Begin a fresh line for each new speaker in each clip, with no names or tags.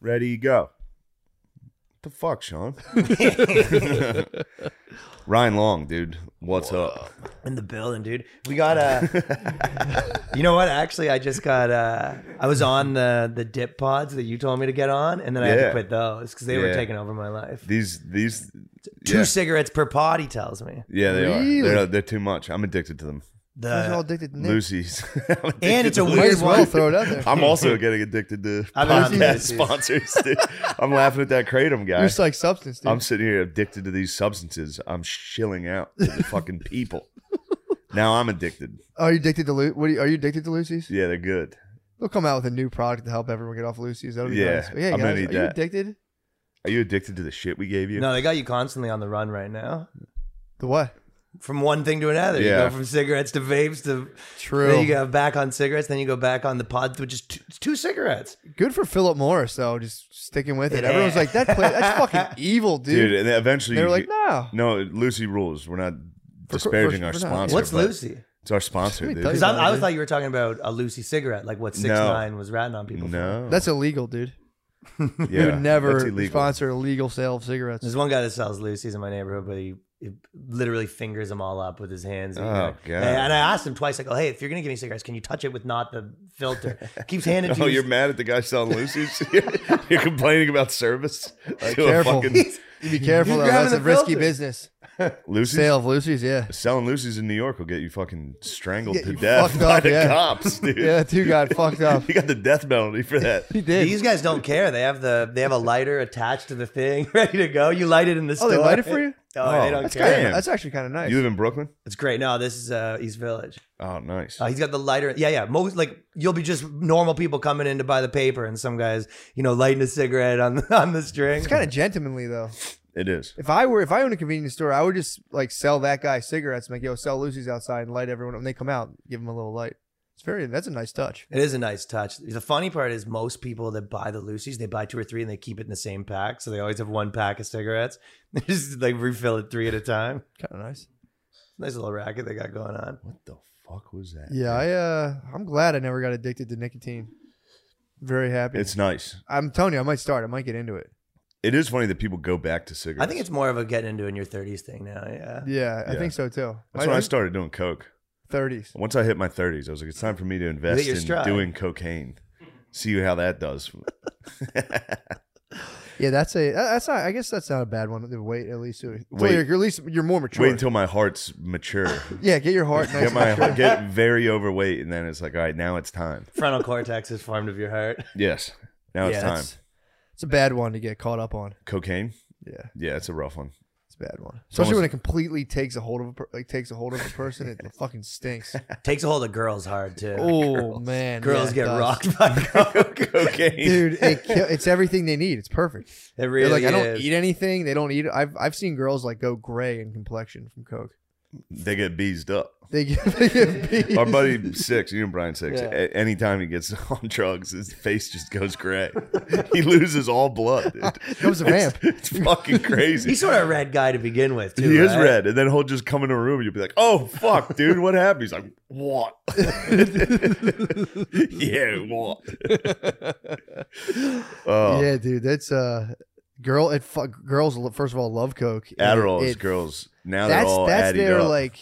Ready, go. the fuck, Sean? Ryan Long, dude. What's up?
in the building, dude. We got a. you know what? Actually, I just got. Uh, I was on the the dip pods that you told me to get on, and then I had
Yeah.
to quit those because they were
Yeah.
taking over my life.
These, these,
Two
yeah,
cigarettes per pod, he tells me.
yeah, they
Really?
are. They're, they're too much. I'm addicted to them.
Guys
Uh,
are all
The
addicted to Nick.
Lucy's. I'm
and it's
addicted
a
to
Might
weird
as well
one.
throw it out there.
I'm also getting addicted to
I've been on
podcast
Lucy's.
sponsors. Dude. I'm laughing at that kratom guy.
You're just like substance, dude.
I'm sitting here addicted to these substances. I'm shilling out to the fucking people. Now I'm addicted.
are you addicted to Lu- what are you, are you addicted to Lucy's?
Yeah, they're good.
They'll come out with a new product to help everyone get off Lucy's. That'll be
Yeah,
nice. But yeah,
I'm gonna
guys,
need
are you
that.
addicted?
Are you addicted to the shit we gave you?
No, they got you constantly on the run right now.
The what?
From one thing to another, you
Yeah.
go from cigarettes to vapes to.
True.
Then you go back on cigarettes. Then you go back on the pods, which is two, it's two cigarettes.
Good for Philip Morris though, just sticking with it.
Yeah.
Everyone's like, that place, that's fucking evil, dude.
dude. And then eventually,
they were
you
like,
get-
no.
no. Lucy rules. We're not
for-
disparaging our
for now.
sponsor.
What's
but
Lucy?
It's our sponsor,
Let me
dude.
tell you
Because I, I thought you were talking about a Lucy cigarette, like what six
No.
nine was ratting on people. for.
no,
That's illegal, dude.
yeah,
we would never
that's illegal.
sponsor illegal sale of cigarettes.
There's one guy that sells Lucy's in my neighborhood, but he, he literally fingers them all up with his hands. And,
Oh,
and,
God.
and I asked him twice, like, "Oh, hey, if you're gonna give me cigarettes, can you touch it with not the filter?" Keeps handing to
Oh,
you.
you're mad at the guy selling Lucy's? you're complaining about service to a
careful.
fucking
You be careful though.
grabbing
That's
the
a risky
filter.
business.
Lucy's.
Sale of Lucy's, yeah.
Selling Lucy's in New York will get you fucking strangled
Get
to
you
death
fucked
by
up,
the
yeah.
cops, dude.
Yeah, that dude got fucked up.
You got the death penalty for that.
He did.
These guys don't care. They have the they have a lighter attached to the thing, ready to go. You light it in the
oh,
store.
they light it for you?
Oh, they
Oh,
don't
That's
care.
kind
Damn.
of, that's actually kind of nice.
You live in Brooklyn?
It's great. No, this is uh, East Village.
Oh, nice.
Uh, he's got the lighter. Yeah, yeah. Most like you'll be just normal people coming in to buy the paper, and some guys, you know, lighting a cigarette on the, on the string.
it's kind of gentlemanly though.
It is.
If I were, if I owned a convenience store, I would just like sell that guy cigarettes. and Like, yo, sell Lucy's outside and light everyone when they come out. Give them a little light. It's very. That's a nice touch.
It is a nice touch. The funny part is most people that buy the Lucy's, they buy two or three and they keep it in the same pack. So they always have one pack of cigarettes. They just like refill it three at a time.
Kind of nice.
Nice little racket they got going on.
What the fuck was that?
Yeah, I. Uh, I'm glad I never got addicted to nicotine. Very happy.
It's nice.
I'm telling you, I might start. I might get into it.
It is funny that people go back to cigarettes.
I think it's more of a getting into in your 30s thing now. Yeah.
Yeah, I
Yeah.
think so too.
That's when I started doing coke.
Thirties.
Once I hit my 30s, I was like, it's time for me to invest
your
in
stride.
doing cocaine. See how that does.
Yeah, that's a. that- That's not. I guess that's not a bad one. to Wait, at least. Wait.
Wait.
You're, at least you're more mature.
Wait until my heart's mature.
yeah, get your heart. Nice
Get
and
my
mature.
get very overweight, and then it's like, all right, now it's time.
Frontal cortex is formed of your heart.
Yes, now
yeah,
it's time.
It's, it's a bad one to get caught up on.
Cocaine.
Yeah.
Yeah, it's a rough one.
It's a bad one,
almost-
especially when it completely takes a hold of a per- like takes a hold of a person. It fucking stinks.
Takes a hold of girls hard too.
Oh man,
girls
yeah, it
get
does.
rocked by coke.
Cocaine.
dude. It kill, it's everything they need. It's perfect.
It
They're
really
like, I don't
is.
eat anything. They don't eat. I've I've seen girls like go gray in complexion from coke.
They get beezed up.
They get, they get beat.
Our buddy Six, you and Brian Six,
Yeah.
a- anytime he gets on drugs, his face just goes gray. he loses all blood. Dude.
That was a vamp.
It's, it's fucking crazy.
He's sort of a red guy to begin with too.
he is
right?
red, and then he'll just come in a room. and You'll be like, "Oh fuck, dude, what happened?" He's like, "What? yeah, what?" oh,
Yeah, dude. That's uh, girl. It fuck girls. lo- First of all, love coke. and
Adderall
it-
is girls. Now they're
That's
all
that's
added
their
up.
like.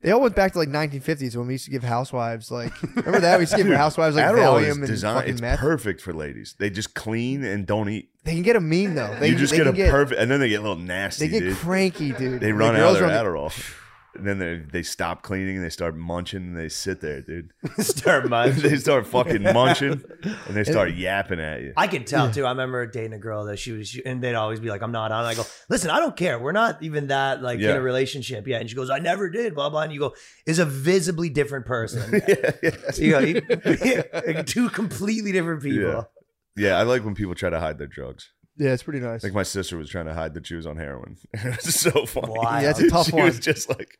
They all went back to like 1950s when we used to give housewives like. Remember that we used to give housewives like
Adderall
Valium
is
and
designed.
fucking
It's
meth.
perfect for ladies. They just clean and don't eat.
They can get a mean though. They,
you just
they
get a
can get,
perfect, and then they get a little nasty.
They get
dude.
cranky, dude.
They
The
run out
girls
of their
run-
Adderall. And then they they stop cleaning and they start munching and they sit there, dude.
Start munching.
they start fucking munching and they start yapping at you.
I could tell too. I remember dating a girl that she was, she, and they'd always be like, "I'm not on." I go, "Listen, I don't care. We're not even that like in
Yeah.
a relationship yet." And she goes, "I never did." Blah blah. And you go, "Is a visibly different person." you go, you- two completely different people.
Yeah. Yeah, I like when people try to hide their drugs.
Yeah, it's pretty nice.
Like my sister was trying to hide that she was on heroin. it was so funny.
Wow.
Yeah, that's a tough
she
one.
was just like,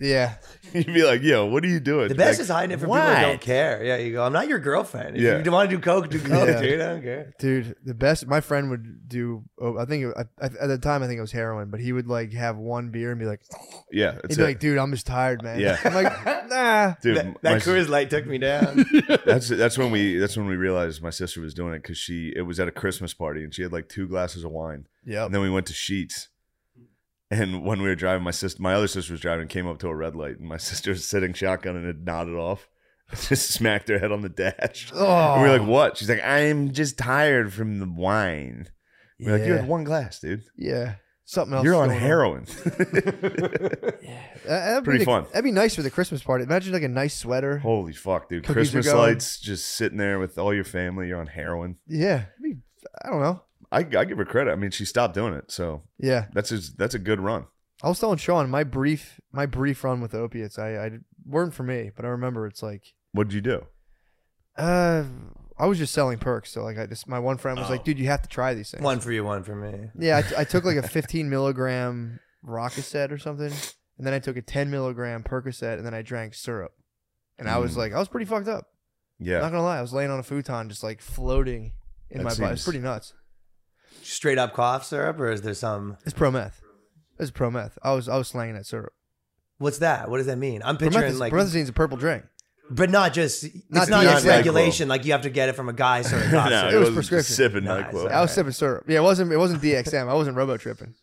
Yeah.
You'd be like, yo, what are you doing?
The best
Like,
is hiding it from people that
"What?"
don't care. Yeah, you go, I'm not your girlfriend. If
Yeah.
you want to do coke, do coke,
Yeah.
dude. I don't care.
Dude, the best. My friend would do. Oh, I think it- I, I- at the time I think it was heroin, but he would like have one beer and be like,
Yeah,
he'd
it's
be
it.
like, dude, I'm just tired, man.
Yeah.
I'm like, nah.
dude.
that
my
that
s-
Coors Light took me down.
that's that's when we that's when we realized my sister was doing it because she it was at a Christmas party and she had like two glasses of wine
Yep.
and then we went to Sheets. And when we were driving, my sister, my other sister was driving, came up to a red light, and my sister was sitting shotgun and had nodded off, just smacked her head on the dash.
Oh,
And we were like, "What?" She's like, "I'm just tired from the wine." We're like, "You
Yeah.
had one glass, dude.
yeah, something else.
You're
is
on
going
heroin."
Uh, that'd be
Pretty
the-
fun.
That'd be nice for the Christmas party. Imagine like a nice sweater.
Holy fuck, dude!
Cookies are
Christmas
going.
lights, just sitting there with all your family. You're on heroin.
Yeah, I, mean, I don't know.
I, I give her credit. I mean, she stopped doing it, so
Yeah,
that's just, that's a good run.
I was telling Sean my brief my brief run with opiates. I, I weren't for me, but I remember it's like
What did you do?
uh, I was just selling perks. So like, I just my one friend was
Oh.
like, dude, you have to try these things.
one for you, one for me.
Yeah, I, t- I took like a 15 milligram Rocacet or something, and then I took a 10 milligram Percocet, and then I drank syrup. And I was
Mm.
like, I was pretty fucked up.
Yeah,
Not gonna lie, I was laying on a futon, just like floating in
That
my body. It's
seems-
pretty nuts.
Straight up cough syrup, or is there some?
It's pro meth. It's pro meth. I was I was slanging that syrup.
What's that? What does that mean? I'm picturing
Promethazine,
like,
promethazine's a purple drink.
but not just.
Not
it's not just
DXA.
regulation. Like you have to get it from a guy sort of
No,
cough syrup.
it was
wasn't
prescription.
Sipping
Nah,
NyQuil.
it's
I was
Alright.
sipping syrup. Yeah, it wasn't it wasn't DXM. I wasn't robo tripping.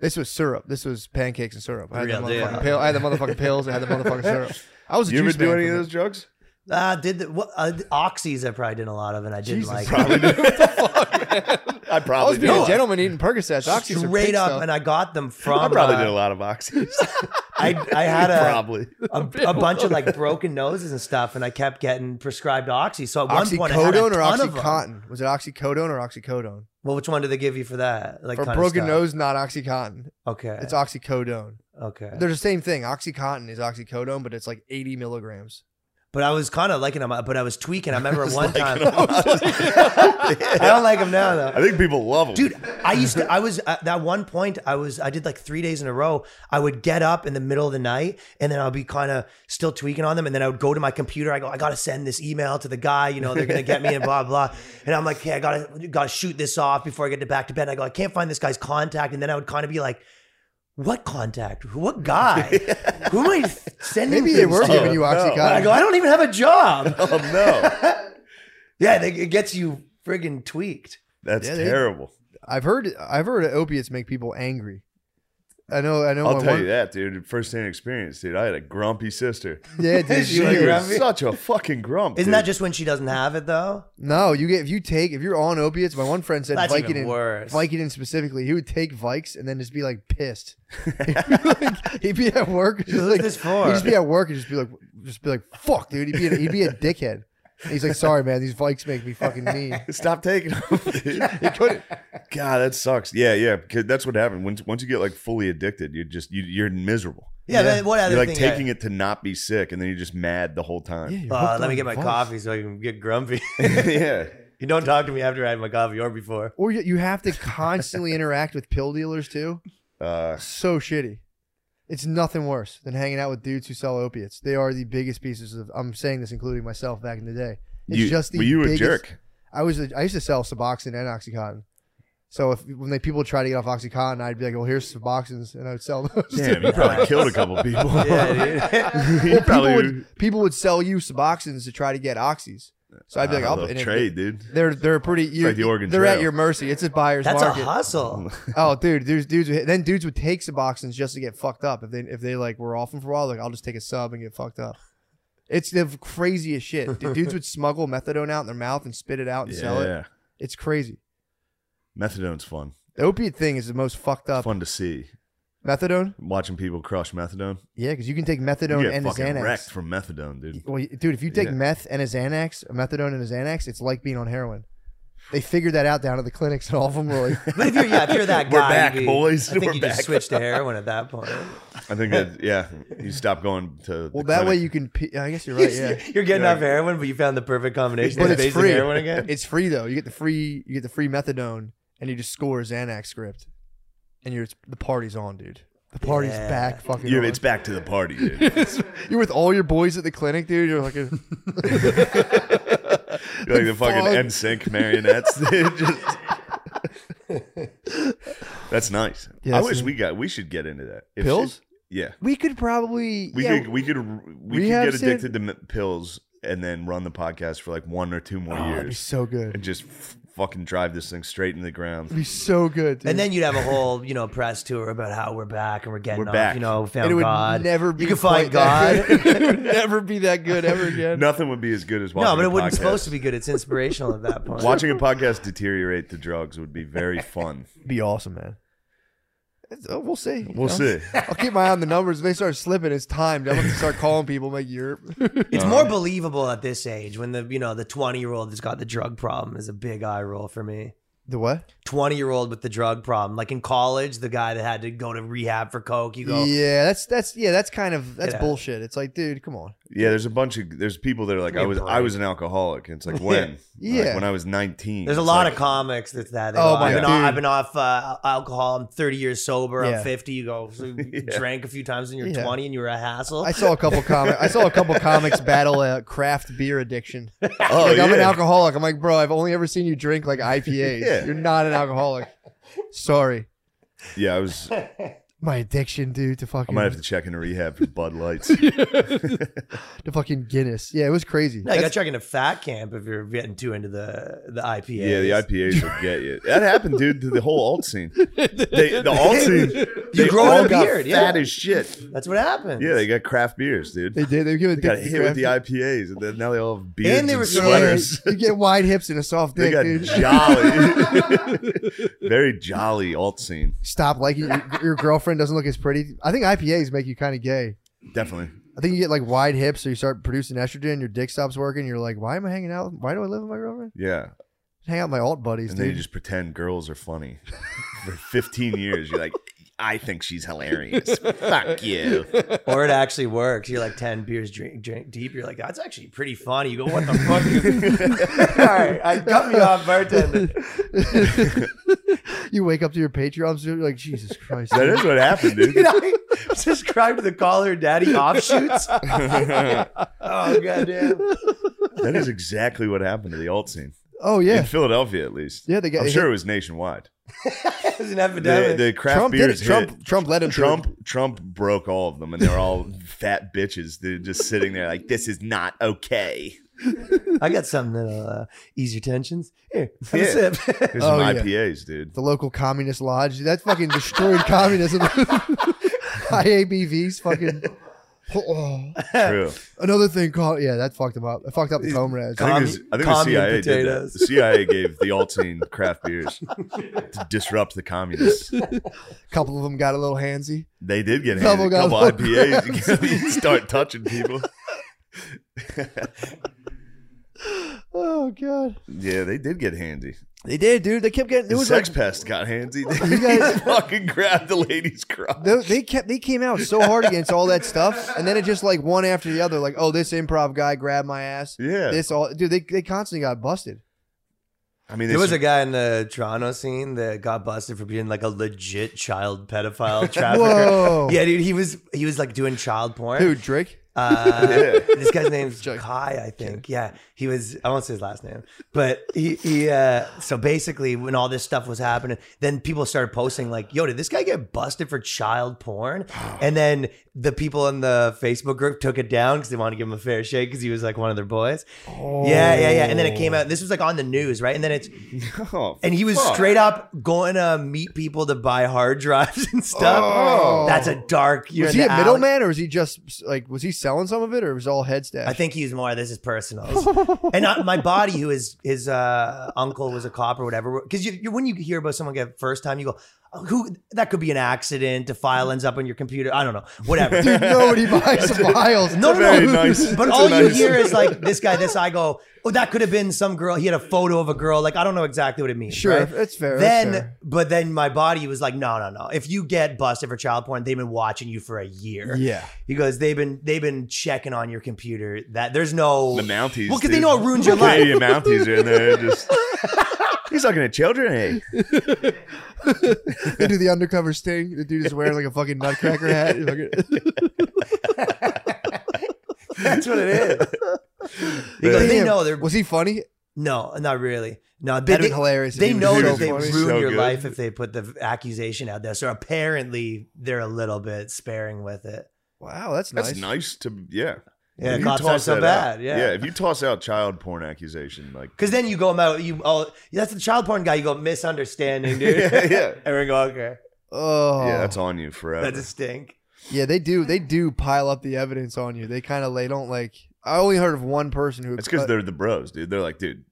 This was syrup. This was pancakes and syrup. I had,
Real
the,
deal.
motherfucking pill. I had the motherfucking pills. I had the motherfucking syrup. I was a
you ever
juice
do
man
any of
for
those drugs?
Uh, did the, what, uh, oxys? I probably did a lot of, and I didn't
Jesus,
like.
Probably did. I
I was
probably did.
being a gentleman eating Percocets. Oxys are
Straight
pink
up,
stuff.
and I got them from.
I probably
uh,
did a lot of oxys.
I, I had a,
probably.
a, a bunch of like broken noses and stuff, and I kept getting prescribed oxy. So at one point, I had a
Oxycodone or
ton of them.
oxycontin? Was it oxycodone or oxycodone?
Well, which one do they give you for that? Like
For
kind of
broken
stuff?
nose, not oxycontin.
Okay.
It's oxycodone.
okay.
They're the same thing. Oxycontin is oxycodone, but it's like 80 milligrams.
But I was kind of liking them, but I was tweaking. I remember one time. I
I
don't like them now though.
think people love them,
Dude, I used to. I was at that one point. I was. I did like three days in a row. I would get up in the middle of the night, and then I'll be kind of still tweaking on them. And then I would go to my computer. I go, I gotta send this email to the guy. You know, they're gonna get me and blah blah. And I'm like, okay, I gotta gotta shoot this off before I get to back to bed. And I go, I can't find this guy's contact. And then I would kind of be like, what contact? What guy? Who am I sending?
Maybe they
things
were
to?
giving you
no.
I
oxycontin.
go, I don't even have a job.
Oh no,
Yeah, they, it gets you friggin' tweaked.
that's
Yeah, they-
terrible.
I've heard I've heard opiates make people angry. I know I know
I'll
my
tell
one-
you that, dude. First hand experience, dude. I had a grumpy sister.
Yeah, dude.
She
She
you-
like-
was
grumpy?
such a fucking grump.
Isn't
dude.
that just when she doesn't have it though?
no, you get if you take if you're on opiates, my one friend said
That's even
Vicodin
worse.
Vicodin specifically, he would take Vikes and then just be like pissed. Like, he'd be at work, just
Who's
like,
this for?
He'd just be at work and just be like, just be like, fuck, dude. He'd be, he'd be a dickhead. And he's like, sorry, man, these Vikes make me fucking mean.
Stop taking them. dude. God, that sucks. Yeah, yeah. 'cause that's what happened. Once, once you get like fully addicted, you just you, you're miserable.
yeah,
Yeah.
but what other
You're like
thing?
taking it to not be sick, and then you're just mad the whole time.
uh, let me get my coffee so I can get grumpy.
yeah.
you don't talk to me after I had my coffee or before.
Or you, you have to constantly interact with pill dealers too.
Uh,
So shitty. It's nothing worse than hanging out with dudes who sell opiates. They are the biggest pieces of. I'm saying this including myself back in the day. It's
you,
just the
were you
biggest-
a jerk?
I was a, I used to sell Suboxone and OxyContin. So if when they people try to get off OxyContin, I'd be like, "Well, here's Suboxones," and I would sell those.
Damn, you probably killed a couple people.
Yeah, dude.
You
Well, people
probably
would people would sell you Suboxones to try to get oxys. So I'd be like,
Ah,
"I'll
little
and it-
trade, dude.
They're they're pretty. You're,
like the Oregon
they're at
Trail.
your mercy. It's a buyer's
That's a
market.
hustle.
oh, dude, dudes, dudes. would- Then dudes would take Suboxones just to get fucked up. If they if they like were off them for a while, like I'll just take a sub and get fucked up. It's the craziest shit. Dude, dudes would smuggle methadone out in their mouth and spit it out and sell it.
Yeah,
It's crazy.
methadone's fun.
The opiate thing is the most fucked up.
Fun to see.
Methadone.
Watching people crush methadone.
Yeah, because you can take
You
methadone
get
and a
fucking
Xanax.
wrecked from methadone, dude.
Well, y- dude, if you take
Yeah.
meth and a Xanax, a methadone and a Xanax, it's like being on heroin. They figured that out down at the clinics, and all of them were like,
But if you're, yeah, if you're that guy,
We're back,
you'd be-
boys.
I think
We're
you
back.
just switch to heroin at that point.
I think that yeah, you stop going to.
"Well,
the
that way
clinic.
you can." Pee. I guess you're right. Yeah,
You're getting off heroin, but you found the perfect combination.
but
of
it's
basic
free.
heroin again.
It's free though. You get the free. You get the free methadone, and you just score a Xanax script, and you're the party's on, dude. The party's
Yeah.
back, fucking.
Yeah,
on.
it's back to the party, dude.
You're with all your boys at the clinic, dude. You're like, a,
You're like the fucking
Fuck.
NSYNC marionettes. dude. Just- That's nice. I
Yes,
wish
man.
we got. We should get into that. If
Pills?
shit- yeah,
we could probably.
we
yeah,
could. We could. r- We could
Rehab
get
said-
addicted to m- pills and then run the podcast for like one or two more
oh, that'd be
years
so good.
and just f- fucking drive this thing straight into the ground.
It'd be so good, dude.
And then you'd have a whole, you know, press tour about how we're back and we're getting
We're
off,
back.
you know, found
And it
Oh,
would
God.
never be.
you can find
quite that
God.
good. it would never be that good ever again.
Nothing would be as good as watching.
No, but
a
it wasn't
podcast.
supposed to be good. It's inspirational at that point.
Watching a podcast deteriorate to drugs would be very fun.
be awesome, man. It's- oh, we'll see.
We'll see.
I'll keep my eye on the numbers. If they start slipping, it's timed. I'm going to start calling people. Like, you're.
It's more believable at this age when the you know the twenty year old that's got the drug problem is a big eye roll for me.
the what?
20 year old with the drug problem. Like in college, the guy that had to go to rehab for Coke, you go,
Yeah, that's that's yeah, that's kind of that's
Yeah.
bullshit. It's like, dude, come on.
Yeah, there's a bunch of there's people that are like,
Give me
I
a
was I
break.
was an alcoholic, and it's like when
Yeah.
Like, when I was 19.
there's a
It's
lot
like,
of comics that's that. They
Oh
go,
my
I've, been
God.
off, I've been off uh, alcohol. I'm 30 years sober.
Yeah.
I'm 50. You go, so you drank a few times when you're
Yeah.
20 and you were a hassle.
I saw a couple comic. I saw a couple comics battle a craft beer addiction.
oh,
like I'm an
yeah.
alcoholic. I'm like, bro, I've only ever seen you drink like IPAs.
Yeah.
You're not an alcoholic. Sorry,
Yeah, I was. I
my addiction, dude, to fucking
might have to check into rehab for Bud Lights.
to fucking Guinness. Yeah, it was crazy.
no, you got
That's-
to check into fat camp if you're getting too into the the IPA.
Yeah, the IPAs will get you. That happened, dude, to the whole alt scene. They, the alt scene. They
grow
all
a
got
beard,
fat
yeah.
as shit.
That's what happened.
Yeah, they got craft beers, dude. They
they did. They give a
got
dick to
hit with the
craft-
IPAs, and then now they all have beards and,
they were
sweaters.
Yeah, you get wide hips and a soft
They
dick,
got
dude.
jolly, very jolly alt scene.
Stop liking your, your girlfriend doesn't look as pretty. I think IPAs make you kind of gay.
Definitely.
I think you get like wide hips, so you start producing estrogen. Your dick stops working. You're like, why am I hanging out? Why do I live with my girlfriend?
Yeah.
Hang out with my alt buddies,
And then you
dude.
just pretend girls are funny for 15 years. You're like, I think she's hilarious. Fuck you.
Or it actually works. You're like 10 beers drink, drink deep. You're like, that's actually pretty funny. You go, what the fuck? is-" All right, I got me off bartender.
you wake up to your Patreon, so you're like, Jesus Christ.
That
dude.
is what happened,
Did
dude.
I subscribe to the Caller Daddy offshoots? oh goddamn!
That is exactly what happened to the alt scene
Oh
in
yeah,
Philadelphia, at least.
yeah. They got.
I'm sure it was nationwide.
It's an
The,
epidemic.
the craft
Trump did it.
beers
Trump.
hit.
Trump led him. to it.
Trump Trump broke all of them, and they're all fat bitches. They're just sitting there like, "This is not okay."
I got something that'll uh, ease your tensions. Here, have
Yeah.
a sip.
Here's
Oh,
some
yeah.
IPAs, dude.
the local communist lodge. That fucking destroyed communism. IABVs fucking. Oh,
True.
another thing called yeah, that fucked him up. It fucked up the comrades.
I think, it
Commune-
was- I think the
commune
CIA did that.
potatoes.
The CIA gave the alt scene craft beers to disrupt the communists.
A couple of them got a little handsy.
They did get
Double
handed a
got
couple
low
IPAs. You can start touching people.
Oh god,
Yeah, they did get handy.
they did, dude. They kept getting. It
The
was
sex
like
pest got handy. They
You guys-
fucking grabbed the lady's crotch.
they, they kept they came out so hard against all that stuff, and then it just like one after the other, like oh this improv guy grabbed my ass.
Yeah.
This all dude, they they constantly got busted.
I mean, they
There was a guy in the Toronto scene that got busted for being like a legit child pedophile trafficker.
Whoa,
Yeah, dude, he was he was like doing child porn.
dude, Drake.
Uh,
Yeah.
This guy's name's
Joke.
Kai, I think. Yeah, he was. I won't say his last name, but he. he uh, so basically, when all this stuff was happening, then people started posting like, "Yo, did this guy get busted for child porn?" And then the people in the Facebook group took it down because they wanted to give him a fair shake because he was like one of their boys. Yeah, yeah, yeah. And then it came out. This was like on the news, right? And then it's
Oh,
and he was
fuck.
straight up going to meet people to buy hard drives and stuff.
Oh.
That's a dark. You're
was
in
he
the
a
alley.
middleman, or was he just like was he selling some of it, or was it all head stash?
I think he was more. This is personal. and not my body, who is his uh, uncle was a cop or whatever. Because you, you, when you hear about someone get first time, you go, "Oh, "Who? That could be an accident. The file ends up on your computer. I don't know. Whatever."
dude, nobody buys the vials.
No, no, no.
Very nice.
But
That's a
all you
nice-
hear is like this guy, this I go, oh, that could have been some girl. He had a photo of a girl. Like I don't know exactly what it means.
Sure,
right?
that's fair, that's
Then,
fair.
but then my body was like, no, no, no. If you get busted for child porn, they've been watching you for a year.
Yeah.
He goes, they've been they've been checking on your computer. That there's no
The Mounties.
Well, because they
dude.
know it ruins your life.
Canadian Mounties are in there just. He's looking at children. eh? Hey,
they do the undercover sting. The dude is wearing like a fucking nutcracker hat. He's fucking-
That's what it is. They, go,
Really?
they
Damn.
know they're
Was he funny?
no, not really. No, they,
That'd
they,
been hilarious. if
they
he was
know
so
that they
funny.
So
ruin your
good.
life if they put the v- accusation out there. So apparently they're a little bit sparing with it.
Wow, that's nice.
that's nice, to yeah.
Yeah,
If you
cops aren't
toss
so
that
bad.
out-
Yeah.
yeah. If you toss out child porn accusation, like
Cause then you go about you oh that's the child porn guy, you go misunderstanding, dude.
Yeah, yeah.
And we go, okay.
Oh,
yeah, that's on you forever.
That's a stink.
Yeah, they do. They do pile up the evidence on you. They kind of they don't like. I only heard of one person who. uh,
It's because they're the bros, dude. They're like, dude,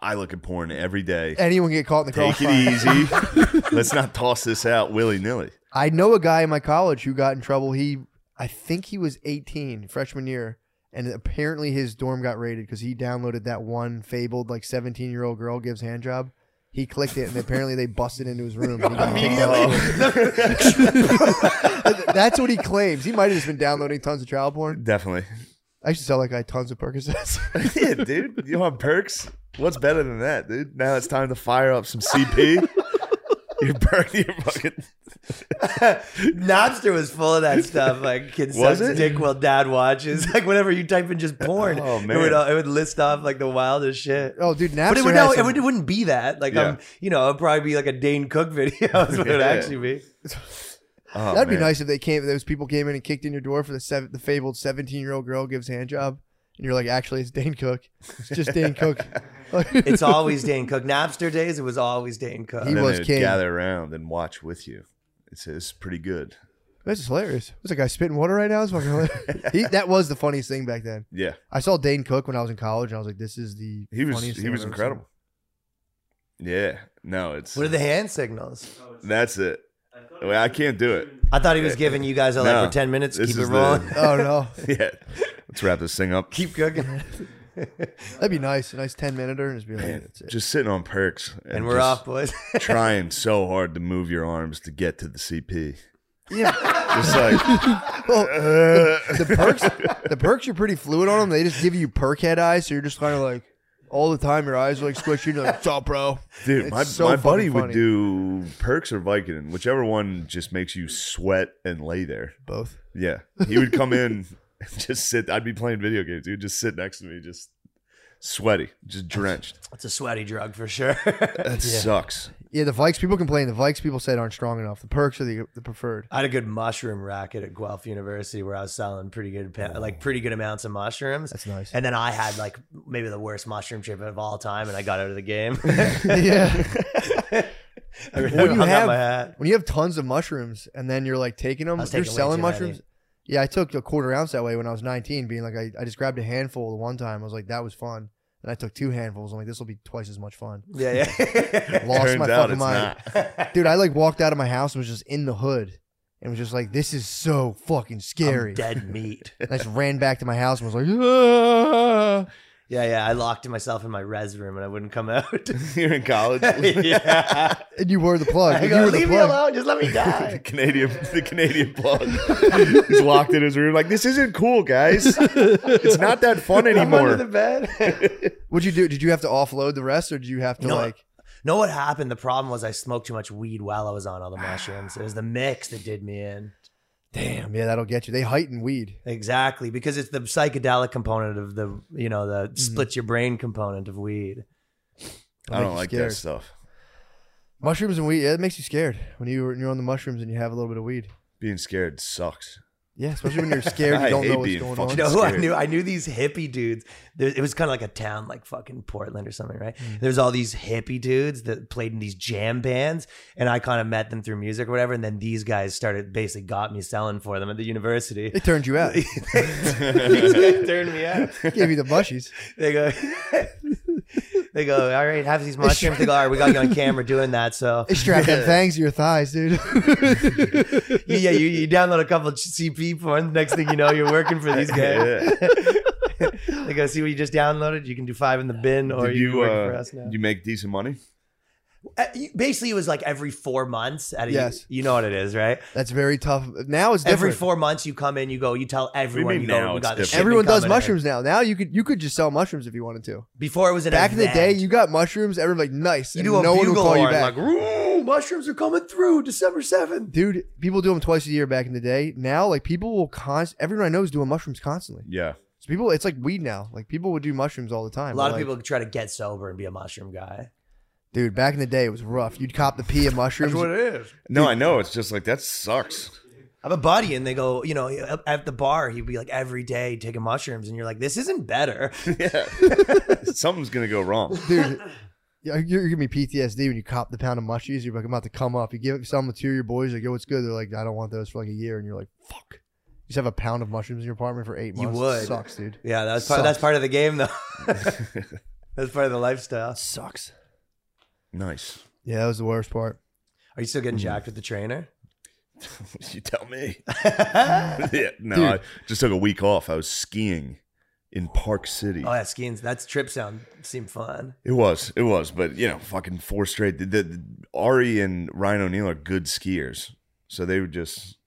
I look at porn every day.
anyone get caught in the
Take it
crossfire.
easy. Let's not toss this out willy nilly.
I know a guy in my college who got in trouble. He, I think he was 18, freshman year, and apparently his dorm got raided because he downloaded that one fabled like 17 year old girl gives hand job. He clicked it, and apparently they busted into his room. and he got kicked out. That's what he claims. He might have just been downloading tons of child porn.
Definitely.
I used to sell that guy tons of Percocets.
yeah, dude. You want perks? What's better than that, dude? Now it's time to fire up some CP. You're burning your fucking.
Napster was full of that stuff, like kids
Was
sucks
it?
dick while dad watches. Like whenever you type in just porn,
Oh,
it would
man.
uh, it would list off like the wildest shit.
oh, dude, Napster.
but it would,
had
no, it,
some-
would, it wouldn't be that. Like
Yeah.
um, you know, it'd probably be like a Dane Cook video. Is what it would
Yeah.
actually be.
Oh,
That'd be
man.
nice if they came. if Those people came in and kicked in your door for the sev the fabled seventeen-year-old girl gives hand job, and you're like, actually, it's Dane Cook. It's just Dane Cook.
It's always Dane Cook. Napster days, it was always Dane Cook.
He
And then
was
they'd
king.
gather around and watch with you. It's, it's pretty good.
This is hilarious. Was that guy spitting water right now? It's fucking hilarious. he, that was the funniest thing back then.
Yeah,
I saw Dane Cook when I was in college, and I was like, this is the
he was
funniest
he
thing
was
I've ever
incredible. Yeah, no, it's
what are the hand signals?
that's it. I, mean, I can't do it.
I thought he was giving you guys a like
No.
for ten minutes.
This
Keep it
is the-
rolling.
seen. Oh no,
Yeah, let's wrap this thing up.
Keep cooking,
that'd be nice. A nice ten-minuter, and just be like,
Man,
that's it.
just sitting on perks, and,
and we're
just
off, boys.
trying so hard to move your arms to get to the CP.
yeah.
Just like
The perks, the perks are pretty fluid on them. They just give you perk head eyes, so you're just kind of like. All the time, your eyes are like squished. You're like, "What's up, bro?"
Dude,
It's
my,
so
my
fucking
buddy would
funny.
do perks or Vicodin, whichever one just makes you sweat and lay there.
Both.
Yeah. He would come in and just sit. I'd be playing video games. He would just sit next to me, just sweaty, just drenched.
it's a sweaty drug for sure.
That sucks.
Yeah, the Vikes people complain. The Vikes people said aren't strong enough. The perks are the, the preferred.
I had a good mushroom racket at Guelph University where I was selling pretty good,
Oh.
pa- like pretty good amounts of mushrooms.
That's nice.
And then I had like maybe the worst mushroom chip of all time, and I got out of the game.
yeah.
I really
When you
hung
have-
out my hat.
When you have tons of mushrooms and then you're like taking them,
I was
you're
taking way
selling
too many.
mushrooms. Yeah, I took a quarter ounce that way when I was 19, being like, I, I just grabbed a handful the one time. I was like, that was fun. And I took two handfuls. I'm like, this will be twice as much fun.
Yeah, yeah.
Lost
Turns
my
out
fucking
it's
mind.
not.
Dude, I like walked out of my house and was just in the hood and was just like, this is so fucking
I'm
scary.
dead meat.
And I just ran back to my house and was like, "Ah."
Yeah, yeah. I locked myself in my res room and I wouldn't come out.
You're in college.
yeah.
and you were the plug.
I
You
go,
were the
leave me
plug."
alone. Just let me
The
die.
Canadian, the Canadian plug. He's locked in his room, like this isn't cool, guys. It's not that fun
I'm under
anymore.
the bed.
What'd you do? Did you have to offload the rest or did you have to
No,
like.
know what happened? The problem was I smoked too much weed while I was on all the mushrooms. It was the mix that did me in.
Damn, yeah, that'll get you. They heighten weed.
Exactly, because it's the psychedelic component of the you know the
Mm-hmm.
splits your brain component of weed.
I
Make
don't
you
like
scared.
that stuff.
Mushrooms and weed, yeah, it makes you scared when you when you're on the mushrooms and you have a little bit of weed.
Being scared sucks.
Yeah, especially when you're scared, you
I
don't
hate
know what's
being
going
fucking
on.
You know who I
Scary.
knew? I knew these hippie dudes. There, it was kind of like a town, like fucking Portland or something, right?
Mm.
There's all these hippie dudes that played in these jam bands, and I kind of met them through music or whatever. And then these guys started basically got me selling for them at the university.
It turned you out.
these guys turned me out.
gave you the mushies.
They go, they go. All right, have these mushrooms. They go, all right, we got you on camera doing that. So
It strapped them fangs to your thighs, dude.
yeah, yeah, you, you download a couple of CP porn. Next thing you know, you're working for these guys.
Yeah.
They go, see what you just downloaded. You can do five in the bin, or
Did
you,
you
can work for
uh,
us now.
you make decent money?
uh, you- basically it was like every four months. At a,
Yes.
you know what it is, right?
That's very tough. Now it's different.
Every four months you come in, you go, you tell everyone.
mean
you
now
go, we
it's
got the
different?
shipment
Everyone does
coming in.
mushrooms now. Now you could you could just sell mushrooms if you wanted to.
Before it was an
Back in the day,
event.
you got mushrooms. Everyone like nice.
You
and
do a
no one
bugle
would call you
horn,
back.
like, "Ooh, mushrooms are coming through December 7th.
Dude, people do them twice a year. Back in the day, now like people will const. Everyone I know is doing mushrooms constantly.
Yeah.
So people, it's like weed now. Like people would do mushrooms all the time.
A lot
Like,
of people try to get sober and be a mushroom guy.
dude. Back in the day, it was rough. You'd cop the pea of mushrooms.
it is.
No, I know. It's just like that sucks.
I have a buddy, and they go, you know, at the bar, he'd be like every day taking mushrooms, and you're like, this isn't better.
yeah. Something's gonna go wrong.
dude. yeah, You're giving me PTSD when you cop the pound of mushies. You're like, I'm about to come up. You give some to your boys, like, yo, what's good? They're like, I don't want those for like a year. And you're like, fuck. You just have a pound of mushrooms in your apartment for eight
You
months. It
would.
Sucks, dude.
Yeah, that's part, that's
Sucks.
part of the game, though. that's part of the lifestyle.
Sucks.
Nice.
Yeah, that was the worst part.
Are you still getting
Mm-hmm.
jacked with the trainer?
you tell me. yeah. No, I just took a week off. I was skiing in Park City.
Oh, yeah, skiing. That's trip sound. Seemed fun.
It was, it was, but you know, fucking four straight. The, the, Ari and Ryan O'Neill are good skiers, so they were just.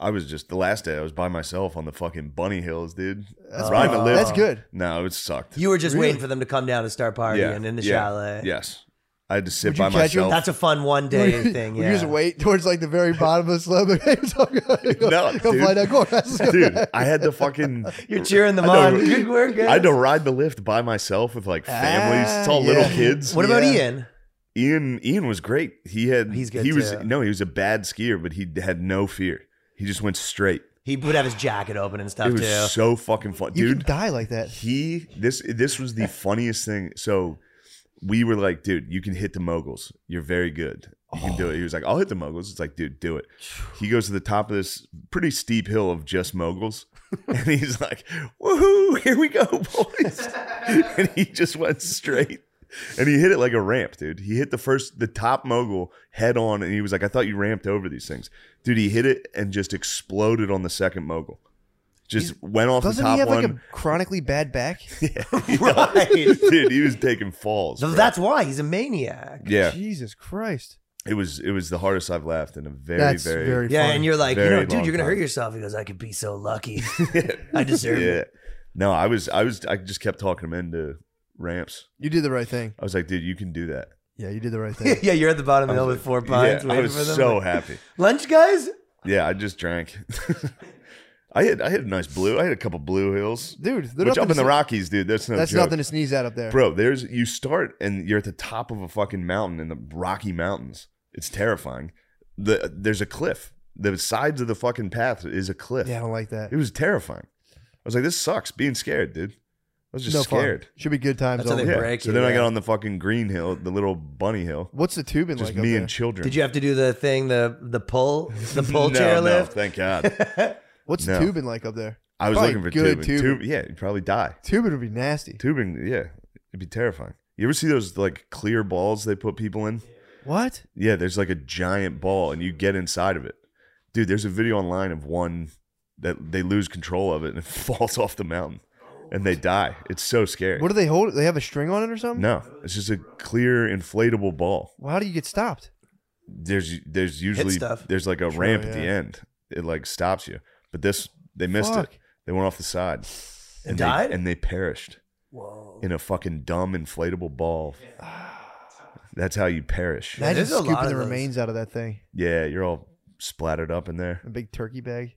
I was just the last day. I was by myself on the fucking bunny hills, dude.
That's,
Riding
pretty-
a lift.
Uh, that's good.
No, it sucked.
You were just
Really?
waiting for them to come down and start partying in the
yeah,
chalet.
Yes, I had to sit
Would you
by
catch him?
myself.
That's a fun one day thing.
We
Yeah.
just wait towards like the very bottom of the slope. no,
dude.
dude.
dude. I had to fucking.
You're cheering them
I know.
on. Good work, guys.
I had to ride the lift by myself with like families.
Ah,
it's all little
yeah.
kids.
What about
Yeah.
Ian?
Ian Ian was great. He had
He's good
he was
too.
no, he was a bad skier, but he had no fear. He just went straight.
He would have his jacket open and
It
stuff
was
too.
so fucking fun.
You
Dude,
can die like that.
he this this was the funniest thing. So we were like, dude, you can hit the moguls. You're very good. You can do it. He was like, I'll hit the moguls. It's like, dude, do it. He goes to the top of this pretty steep hill of just moguls. And he's like, Woohoo, here we go, boys. and he just went straight. And he hit it like a ramp, dude. He hit the first the top mogul head on and he was like, I thought you ramped over these things. Dude, he hit it and just exploded on the second mogul. Just went off the
Doesn't he
top
have
one.
like a chronically bad back?
Right.
dude he was taking falls
So
bro.
that's why he's a maniac.
yeah
Jesus Christ.
it was it was the hardest i've laughed in a very
That's
very,
very
Yeah,
funny.
and you're like, you
Very
know, dude,
long
you're gonna hurt
time.
yourself. He goes, I could be so lucky. I deserve it.
yeah no i was i was i just kept talking him into ramps
You did the right thing.
i was like dude you can do that
Yeah, you did the right thing.
yeah, you're at the bottom of the hill with four
yeah,
pints
i
waiting
was
for them.
so happy
Lunch, guys.
yeah i just drank i had i had a nice blue i had a couple blue hills
Dude, they're
which
nothing
up
to
in the
sn-
rockies dude that's no
That's
joke.
nothing to sneeze at up there.
bro there's you start and you're at the top of a fucking mountain in the rocky mountains it's terrifying the there's a cliff the sides of the fucking path is a cliff
Yeah, I don't like that.
It was terrifying. I was like, this sucks being scared, dude. I was just
no
scared.
Fun. Should be good times
That's how
only.
they
Yeah.
break
so
you,
then I
yeah.
got on the fucking green hill, the little bunny hill.
What's the tubing
Just
like?
me
up
and
there?
children.
Did you have to do the thing, the the pull, the pull
no,
chair
no,
lift?
Thank God.
What's
No.
the tubing like up there?
I was
Probably
looking for
good
tubing.
tubing.
Tub- yeah, you'd probably die.
Tubing would be nasty.
Tubing, yeah, it'd be terrifying. You ever see those like clear balls they put people in?
What?
Yeah, there's like a giant ball and you get inside of it. Dude, there's a video online of one that they lose control of it and it falls off the mountain and they die. It's so scary.
What do they hold? They have a string on it or something?
No, it's just a clear inflatable ball.
Well, how do you get stopped?
There's there's usually
stuff.
there's like a ramp at the
yeah.
end. It like stops you. But this they missed
Fuck.
it. They went off the side
and
they-
died.
and they perished
Whoa.
in a fucking dumb inflatable ball. That's how you perish.
Yeah,
Imagine
there's a lot
scooping
of
the
those.
remains out of that thing.
Yeah, you're all splattered up in there.
A big turkey bag.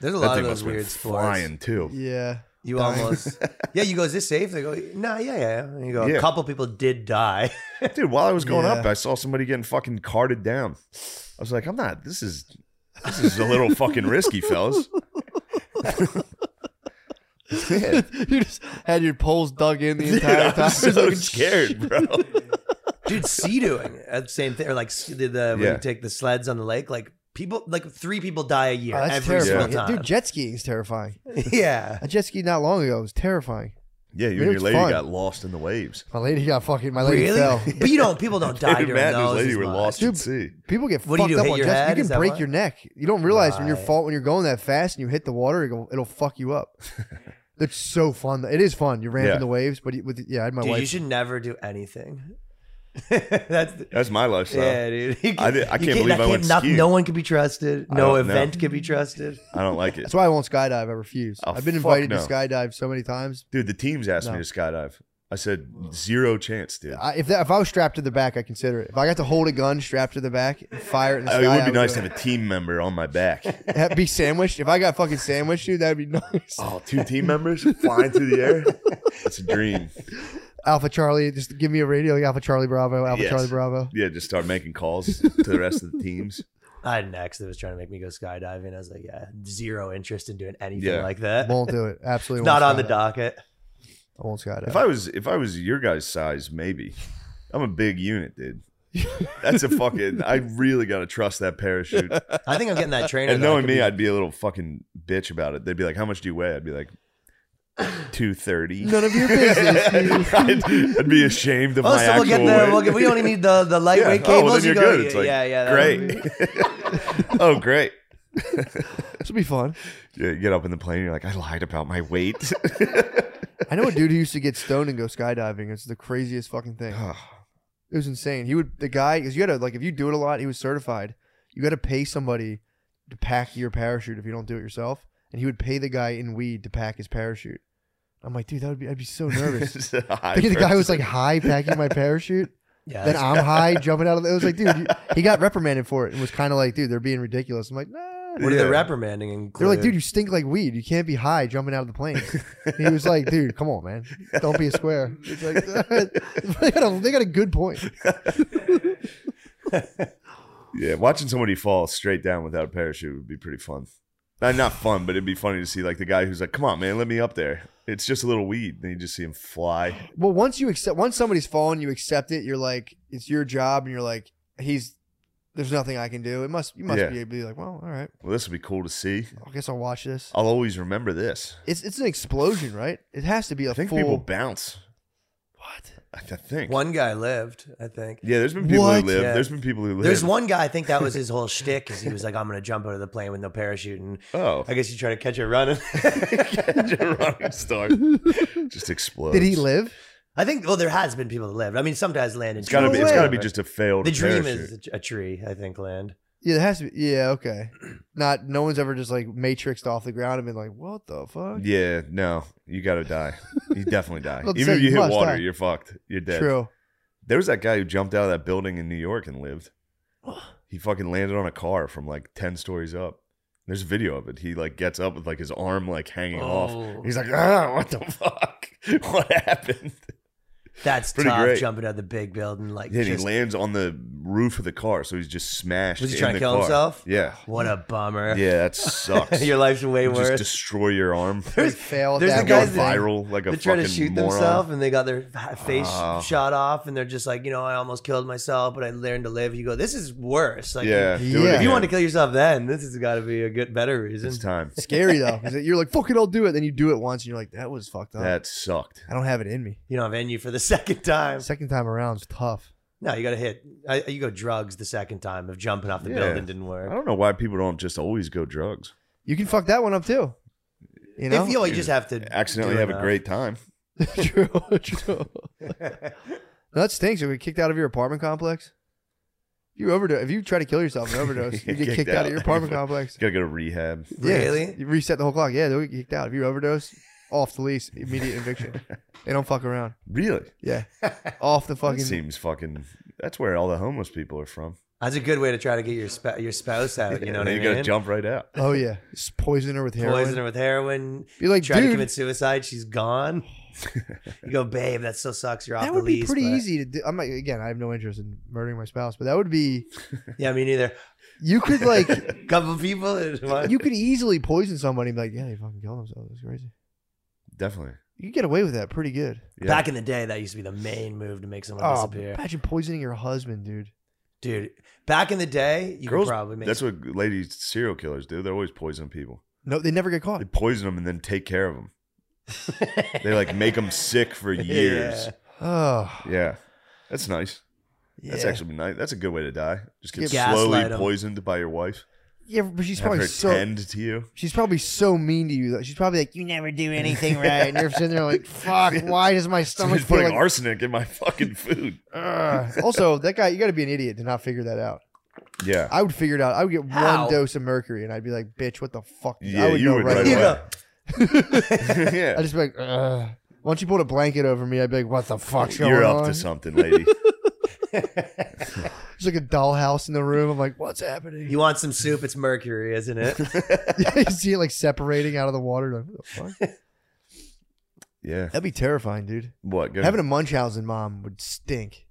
There's a
That
lot
thing
of
must
those
have been
weird sports.
flying too.
Yeah.
You
Dying.
almost, yeah. You go, is this safe? They go, nah, yeah, yeah. And you go,
Yeah.
a couple people did die.
Dude, while I was going
Yeah.
up, I saw somebody getting fucking carted down. I was like, I'm not. This is this is a little fucking risky, fellas. Man.
you just had your poles dug in the
Dude,
entire
I
time. Oh,
was so
Fucking
scared, bro.
Dude, sea doing that same thing, or like s- the, the when
Yeah.
you take the sleds on the lake, like people, like three people die a year
Oh, that's
every
terrifying.
single time.
Dude, jet skiing is terrifying.
yeah,
I jet skied not long ago. It was terrifying.
Yeah, you
It
and your
was
lady
fun.
got lost in the waves.
My lady got fucking. My lady fell.
But you don't. People don't die
Dude,
during
Matt and
those.
his lady
as
were
much.
lost
Dude,
at sea.
People get
What do
fucked
you do,
up
hit
on
your
jet ski.
head?
You
Is
can
that
break
why?
your neck. You don't realize when you're
Right.
fall when you're going that fast and you hit the water, it'll, it'll fuck you up. It's so fun. It is fun. You're ramping
Yeah.
the waves, but you- with yeah, I had my
Dude, you
wife.
should never do anything. That's the,
That's my lifestyle.
yeah, dude. You
I did- I
you
can't believe I went
not-
skiing.
No one can be trusted.
I
No
don't know.
event can be trusted.
I don't like it.
That's why I won't skydive. I refuse.
Oh,
I've been
fuck
invited
no.
to skydive so many times.
Dude, the teams asked
No.
me to skydive. I said zero chance, dude.
I, if that, if I was strapped to the back, I consider it. If I got to hold a gun strapped to the back, and fire it. In the
Uh,
sky,
it would be
I
nice
do
to have a team member on my back.
it. Have- be sandwiched. If I got fucking sandwiched, dude, that'd be nice.
Oh, two team members flying through the air? That's a dream.
Alpha Charlie, just give me a radio. like Alpha Charlie Bravo. Alpha
Yes.
Charlie Bravo.
Yeah, just start making calls to the rest of the teams.
I had an ex that was trying to make me go skydiving. I was like, yeah, zero interest in doing anything
Yeah.
like that.
Won't do it. Absolutely
Not
won't
on the
skydive.
docket.
I won't skydive.
If I was if I was your guys' size, maybe. I'm a big unit, dude. That's a fucking I really gotta trust that parachute.
I think I'm getting that trainer.
And
though. I
knowing
could
me,
be-
I'd be a little fucking bitch about it. They'd be like, How much do you weigh? I'd be like, two thirty.
None of your business. dude.
I'd, I'd be ashamed of
Oh,
my
so
actual
we'll get the.
weight.
We'll get, we only need the the
Yeah.
lightweight
Oh, well,
cables.
then you're
you go,
good. It's
yeah,
like,
yeah, yeah. that'll be-
great. oh, great.
This will be fun.
Yeah, you get up in the plane, you're like, I lied about my weight.
I know a dude who used to get stoned and go skydiving. It's the craziest fucking thing. It was insane. He would the guy because you had to like if you do it a lot, he was certified. You got to pay somebody to pack your parachute if you don't do it yourself, and he would pay the guy in weed to pack his parachute. I'm like, dude, that would be I'd be so nervous.
It's a high
Thinking the guy
person.
was like high packing my parachute,
Yeah,
then I'm high jumping out of. The, it was like, dude, you, he got reprimanded for it and was kind of like, dude, they're being ridiculous. I'm like, nah.
What are
Yeah.
the reprimanding include?
They're like, dude, you stink like weed. You can't be high jumping out of the plane. And he was like, dude, come on, man. Don't be a square. It's like, they, got a, they got a good point.
Yeah, watching somebody fall straight down without a parachute would be pretty fun. Uh, not fun, but it'd be funny to see like the guy who's like, "Come on, man, let me up there." It's just a little weed. Then you just see him fly.
Well, once you accept, once somebody's fallen, you accept it. You're like, it's your job. And you're like, he's, there's nothing I can do. It must, you must
Yeah.
be able to be like, well, all right,
Well, this would be cool to see.
I guess I'll watch this.
I'll always remember this.
It's, it's an explosion, right? It has to be a
I think
full.
people bounce.
what?
I th- think.
one guy lived, I think.
Yeah, there's been people
What?
who live.
Yeah.
There's been people who live.
There's one guy. I think that was his whole shtick, because he was like, "I'm gonna jump out of the plane with no parachute," and
Oh,
I guess you try to catch it running.
running star just explodes.
Did he live?
I think. Well, there has been people that lived. I mean, sometimes land. in
It's gotta
trees,
be. It's
No
gotta
but
be just a failed.
The dream
parachute.
is a tree. I think land.
Yeah, there has to be. Yeah, okay. Not, no one's ever just like matrixed off the ground and been like, what the fuck?
Yeah, no, you gotta die. You definitely die.
Let's
Even
say
if you
you
hit
must
water,
die.
you're fucked. You're dead.
True.
There was that guy who jumped out of that building in New York and lived. He fucking landed on a car from like ten stories up. There's a video of it. He like gets up with like his arm like hanging
Oh.
off. He's like, ah, what the fuck? What happened?
That's
Pretty
tough.
great.
Jumping out of the big building, like
Then he
just-
lands on the roof of the car, so he's just smashed.
Was he
in
trying to
the
kill
car.
himself?
Yeah,
what a bummer.
yeah, that sucks.
Your life's way
You just
worse.
destroy your arm.
They fail at
there's
that
the
Go
guys that-
viral like a
They
fucking
try to shoot
moron.
themselves and they got their ha- face
Ah.
shot off and they're just like, you know, I almost killed myself, but I learned to live. You go, this is worse. Like,
yeah, do it
If
Yeah.
you
again.
want to kill yourself, then this has got to be a good, better reason.
It's time.
scary though because you're like fuck it i'll do it then you do it once and you're like that was fucked up
That sucked.
i don't have it in me
You don't have in you for the second time.
second time around is tough
No, you got to hit. I, you go drugs the second time if jumping off the
Yeah.
building didn't
I
work.
don't know why people don't just always go drugs.
you can fuck that one up too you know
if you, you just have to
Accidentally
do
have a
enough.
great time.
true true that stinks you get kicked out of your apartment complex you overdose if you try to kill yourself and overdose you get kicked out. of your apartment complex
You gotta go to rehab.
Yeah,
Really?
you reset the whole clock yeah they'll get kicked out if you overdose off the lease immediate eviction they don't fuck around
Really?
yeah off the
That
fucking
seems fucking. That's where all the homeless people are from.
That's a good way to try to get your sp- your spouse out. You know
And
what I
you
mean?
gotta jump right out.
oh yeah just poison her with heroin
Poison her with heroin.
Be like,
try to
"Dude."
commit suicide. She's gone. you go, babe. That so sucks. You're off
that
the
would be
lease,
pretty
but-
easy to do. I'm like, again, I have no interest in murdering my spouse, but that would be
Yeah, me neither.
you could like
Couple people. and one-
you could easily poison somebody and be like, yeah, they fucking killed themselves. That's crazy.
Definitely.
You could get away with that pretty good.
Yeah.
Back in the day, that used to be the main move to make someone
Oh,
disappear,
imagine poisoning your husband, dude.
dude. Back in the day, you
Girls,
could probably make.
that's what lady serial killers do. They're always poisoning people.
No, they never get caught.
They poison them and then take care of them. They like make them sick for years.
Yeah.
Oh,
Yeah. That's nice. That's
yeah.
actually nice. That's a good way to die. Just get
Gaslight
slowly
'em.
poisoned by your wife.
Yeah, but she's
Have
probably
her
so
tend to you.
she's probably so mean to you. That she's probably like, you never do anything right, and you're sitting there like, fuck, why does my stomach
Somebody's
feel
putting
like?
arsenic in my fucking food.
Ugh. also, that guy, you got to be an idiot to not figure that out.
Yeah.
I would figure it out. I would get
How?
one dose of mercury, and I'd be like, bitch, what the fuck?
Yeah,
I would
you
know
would
right
know
away.
You
right
go,
I
yeah.
just be like, Ugh. once you pulled a blanket over me, I'd be like, what the fuck's going
You're
on?
up to something, lady.
There's like a dollhouse in the room. I'm like, what's happening?
you want some soup? It's mercury, isn't it?
you see it like separating out of the water. Like, what the fuck?
Yeah.
That'd be terrifying, dude.
What? Go
Having a Munchausen mom would stink.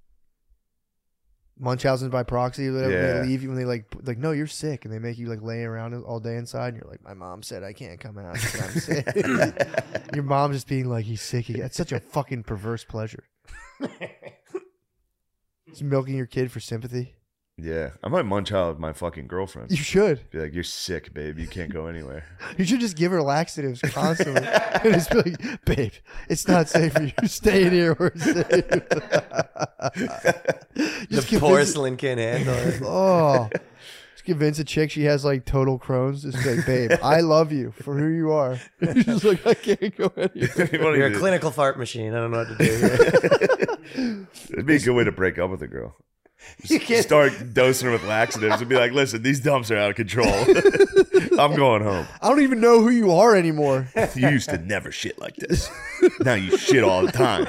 Munchausen by proxy, whatever,
Yeah.
they leave you when they like, p- like, no, you're sick, and they make you like lay around all day inside, and you're like, my mom said I can't come out because I'm sick. Your mom just being like, he's sick. Again. That's such a fucking perverse pleasure. Just milking your kid for sympathy.
yeah. I might munch out my fucking girlfriend.
You should.
Be like, you're sick, babe. You can't go anywhere.
You should just give her laxatives constantly. and just be like, babe, it's not safe for you. Stay in here. We're safe. just
the porcelain can handle it.
Oh. Just convince a chick she has like total Crohn's. Just be like, babe, I love you for who you are. You're just like, I can't go anywhere.
What do you
You're a
do?
clinical fart machine. I don't know what to do. Here.
It'd be a good way to break up with a girl.
you can't.
Start dosing her with laxatives and be like, listen, these dumps are out of control. I'm going home.
I don't even know who you are anymore.
You used to never shit like this. Now you shit all the time.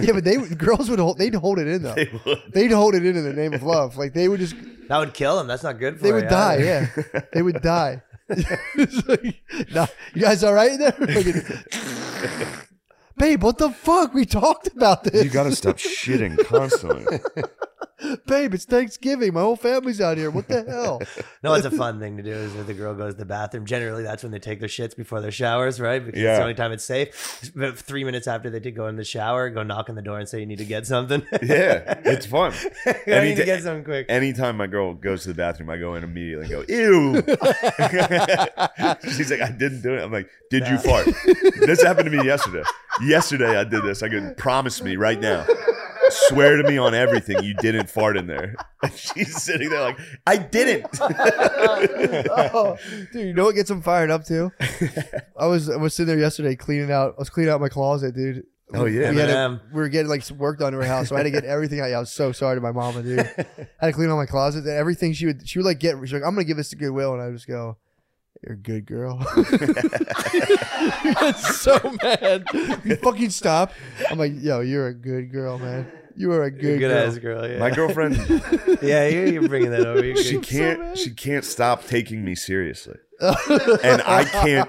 Yeah, but they would- girls would hold. They'd hold it in though. They
would.
would hold it in in the name of love. Like they would just.
That would kill him. That's not good for
They would
you.
die. Yeah, they would die. It's like, nah, you guys all right there? Fucking- Babe, what the fuck? We talked about this.
You gotta stop shitting constantly.
Babe, it's Thanksgiving. My whole family's out here. What the hell?
No, it's a fun thing to do is if the girl goes to the bathroom. Generally, that's when they take their shits before their showers, right? Because it's
Yeah.
the only time it's safe. But three minutes after they did go in the shower, go knock on the door and say, You need to get something.
Yeah, it's fun.
I
Any
need to
da-
get something quick.
Anytime my girl goes to the bathroom, I go in immediately and go, ew. She's like, I didn't do it. I'm like, did you fart? this happened to me yesterday. Yesterday I did this. I could promise me right now. Swear to me on everything you didn't fart in there. She's sitting there like, I didn't.
Oh, dude, you know what gets them fired up too? I was I was sitting there yesterday cleaning out. I was cleaning out my closet, dude.
Oh, yeah.
we, had
M&M.
to, we were getting like some work done to her house, so I had to get everything out. Yeah, I was so sorry to my mama, dude. I had to clean out my closet. And everything she would, she would like get. She's like, "I'm gonna give this to Goodwill," and I would just go, "You're a good girl." That's so mad. You fucking stop. I'm like, "Yo, you're a good girl, man. You are a good,
Good,
girl."
ass girl. Yeah,
My girlfriend,
yeah you're, you're bringing that over. You're good.
she can't she can't stop taking me seriously. and I can't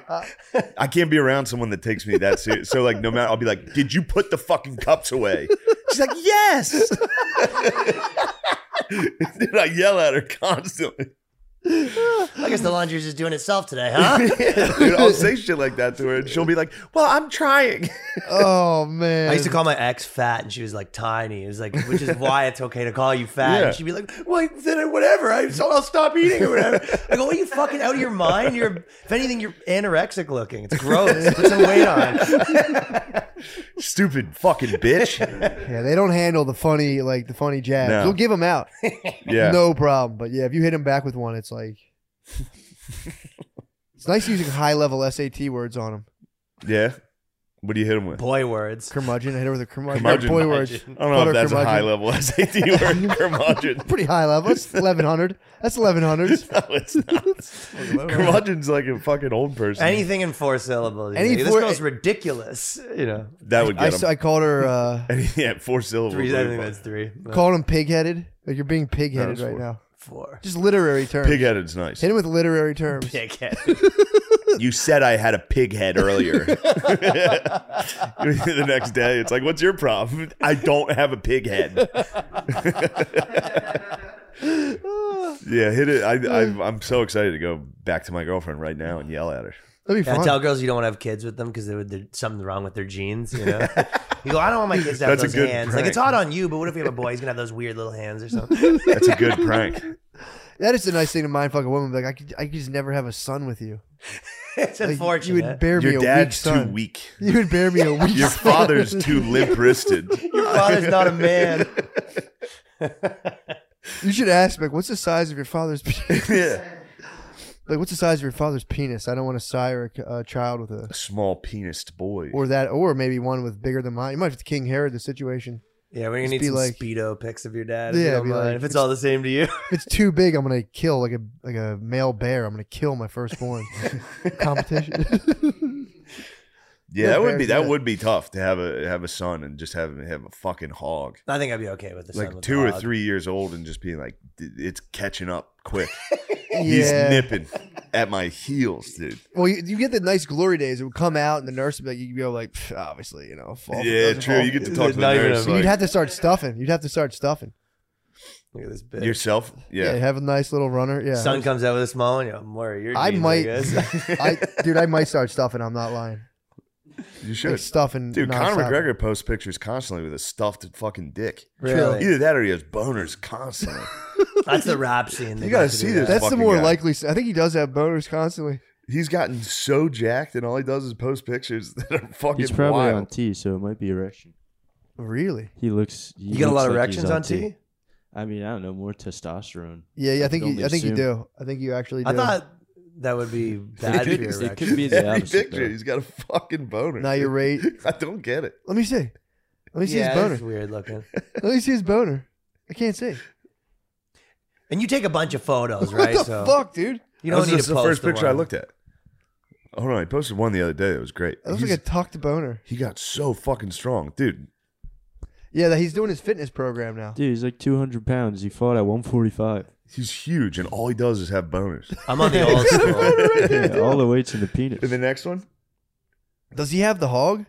I can't be around someone that takes me that serious. So like no matter I'll be like, "Did you put the fucking cups away?" She's like, "Yes." Dude, I yell at her constantly.
I guess the laundry's just doing itself today, huh?
Dude, I'll say shit like that to her, and she'll be like, "Well, I'm trying."
Oh man.
I used to call my ex fat, and she was like tiny. It was like, which is why it's okay to call you fat.
Yeah.
And she'd be like, "Well, then I- whatever. I, so I'll stop eating or whatever." I go, "Are you fucking out of your mind? You're, if anything, you're anorexic looking. It's gross. Put some weight on."
Stupid fucking bitch.
Yeah, they don't handle the funny like the funny jabs.
No.
You'll give them out,
Yeah.
no problem. But yeah, if you hit them back with one, it's like it's nice using high level SAT words on them.
Yeah. What do you hit him with?
Boy words.
Curmudgeon, I hit her with a curmudgeon.
Curmudgeon.
Boy words,
I don't know
Butter
if that's a
curmudgeon.
high level SAT word. Curmudgeon.
pretty high level. It's eleven hundred. That's eleven hundreds.
No, it's not. Curmudgeon's like a fucking old person.
Anything in four syllables. you
Any
know.
four-
this girl's ridiculous. You know,
that would
I,
get
s-
him.
I called her uh,
yeah, four syllables.
three. I
really
think
fun.
that's three. But
called him pig headed. Like you're being pig headed
No,
right
it's
now.
four.
Just literary terms.
Pig-headed's nice.
Hit him with literary terms.
Dickhead.
You said I had a pig head earlier. the next day, it's like, what's your problem? I don't have a pig head. yeah, hit it. I, I, I'm so excited to go back to my girlfriend right now and yell at her.
That'd be
Yeah, I
fun.
tell girls you don't want to have kids with them because there's something wrong with their genes. You know, you go, I don't want my kids to have
That's a
those
good
hands. Like
prank.
it's hot on you, but what if you have a boy? He's gonna have those weird little hands or something.
That's a good prank.
that is the nice thing to mind fuck a woman. Like I could, I could just never have a son with you.
it's
Like,
unfortunate.
you would bear me
Your
a weak
dad's too
son.
weak.
You would bear me a weak.
Your
son.
father's too limp wristed.
Your father's not a man.
You should ask, like, what's the size of your father's penis?
Yeah.
Like, what's the size of your father's penis? I don't want to sire a uh, child with a
A small penised boy.
or that, or maybe one with bigger than mine. You might have to King Herod the situation.
Yeah, we're gonna
Just
need
be
some
like-
speedo pics of your dad.
Yeah,
Yeah,
be like,
if it's all the same to you.
If it's too big, I'm gonna kill like a like a male bear. I'm gonna kill my firstborn. Competition.
yeah, that would
bears,
be that
yeah.
would be tough to have a have a son and just have him have a fucking hog.
I think I'd be okay with this.
Like two or three years old and just being like, "D- it's catching up quick. He's
Yeah.
nipping at my heels, dude.
well, you, you get the nice glory days. It would come out, and the nurse would be like, you go like, "Pff, obviously, you know. Fall
yeah,
doesn't
true.
fall."
You get to
It's
talk to the
not even
nurse.
a-
Like,
You'd have to start stuffing. You'd have to start stuffing.
Look at this bitch.
yourself.
Yeah,
Yeah.
have a nice little runner. Yeah,
Son comes out with a small one. You're, I'm worried. Your
I
genes,
might-
guess.
I, dude, I might start stuffing. I'm not lying.
you
Like
should.
stuffing.
Dude, Conor
nonstop.
McGregor posts pictures constantly with a stuffed fucking dick.
Really?
Either that or he has boners constantly.
That's the rap scene.
You gotta see this.
That's the
fucking
more
guy.
likely. s- I think he does have boners constantly.
He's gotten so jacked, and all he does is post pictures that are fucking
He's probably
wild.
on T, so it might be erection.
Really?
He looks. He
You got a lot
looks
of
like he's
erections on T?
I mean, I don't know. More testosterone.
Yeah, yeah. I think.
only
You, I think you
assume.
do. I think you actually. Do.
I thought that would be bad for
could-
your
it could
erection.
be the
Every
opposite,
picture,
though.
he's got a fucking boner.
Now you're right.
I don't get it.
Let me see. Let me see
yeah,
his
it's
boner.
weird looking.
Let me see his boner. I can't see.
And you take a bunch of photos, right?
what
so
the fuck, dude?
you don't
That's
need to
just
post
the first
the
picture I
one.
looked at. Hold on, he posted one the other day. That was great.
That looks
He's-
like a tucked boner.
he got so fucking strong, dude.
Yeah, that he's doing his fitness program now.
Dude, he's like 200 pounds. He fought at 145.
He's huge, and all he does is have boners.
I'm on the old school.
Yeah, all the weight's in the penis.
and the next one,
Does he have the hog?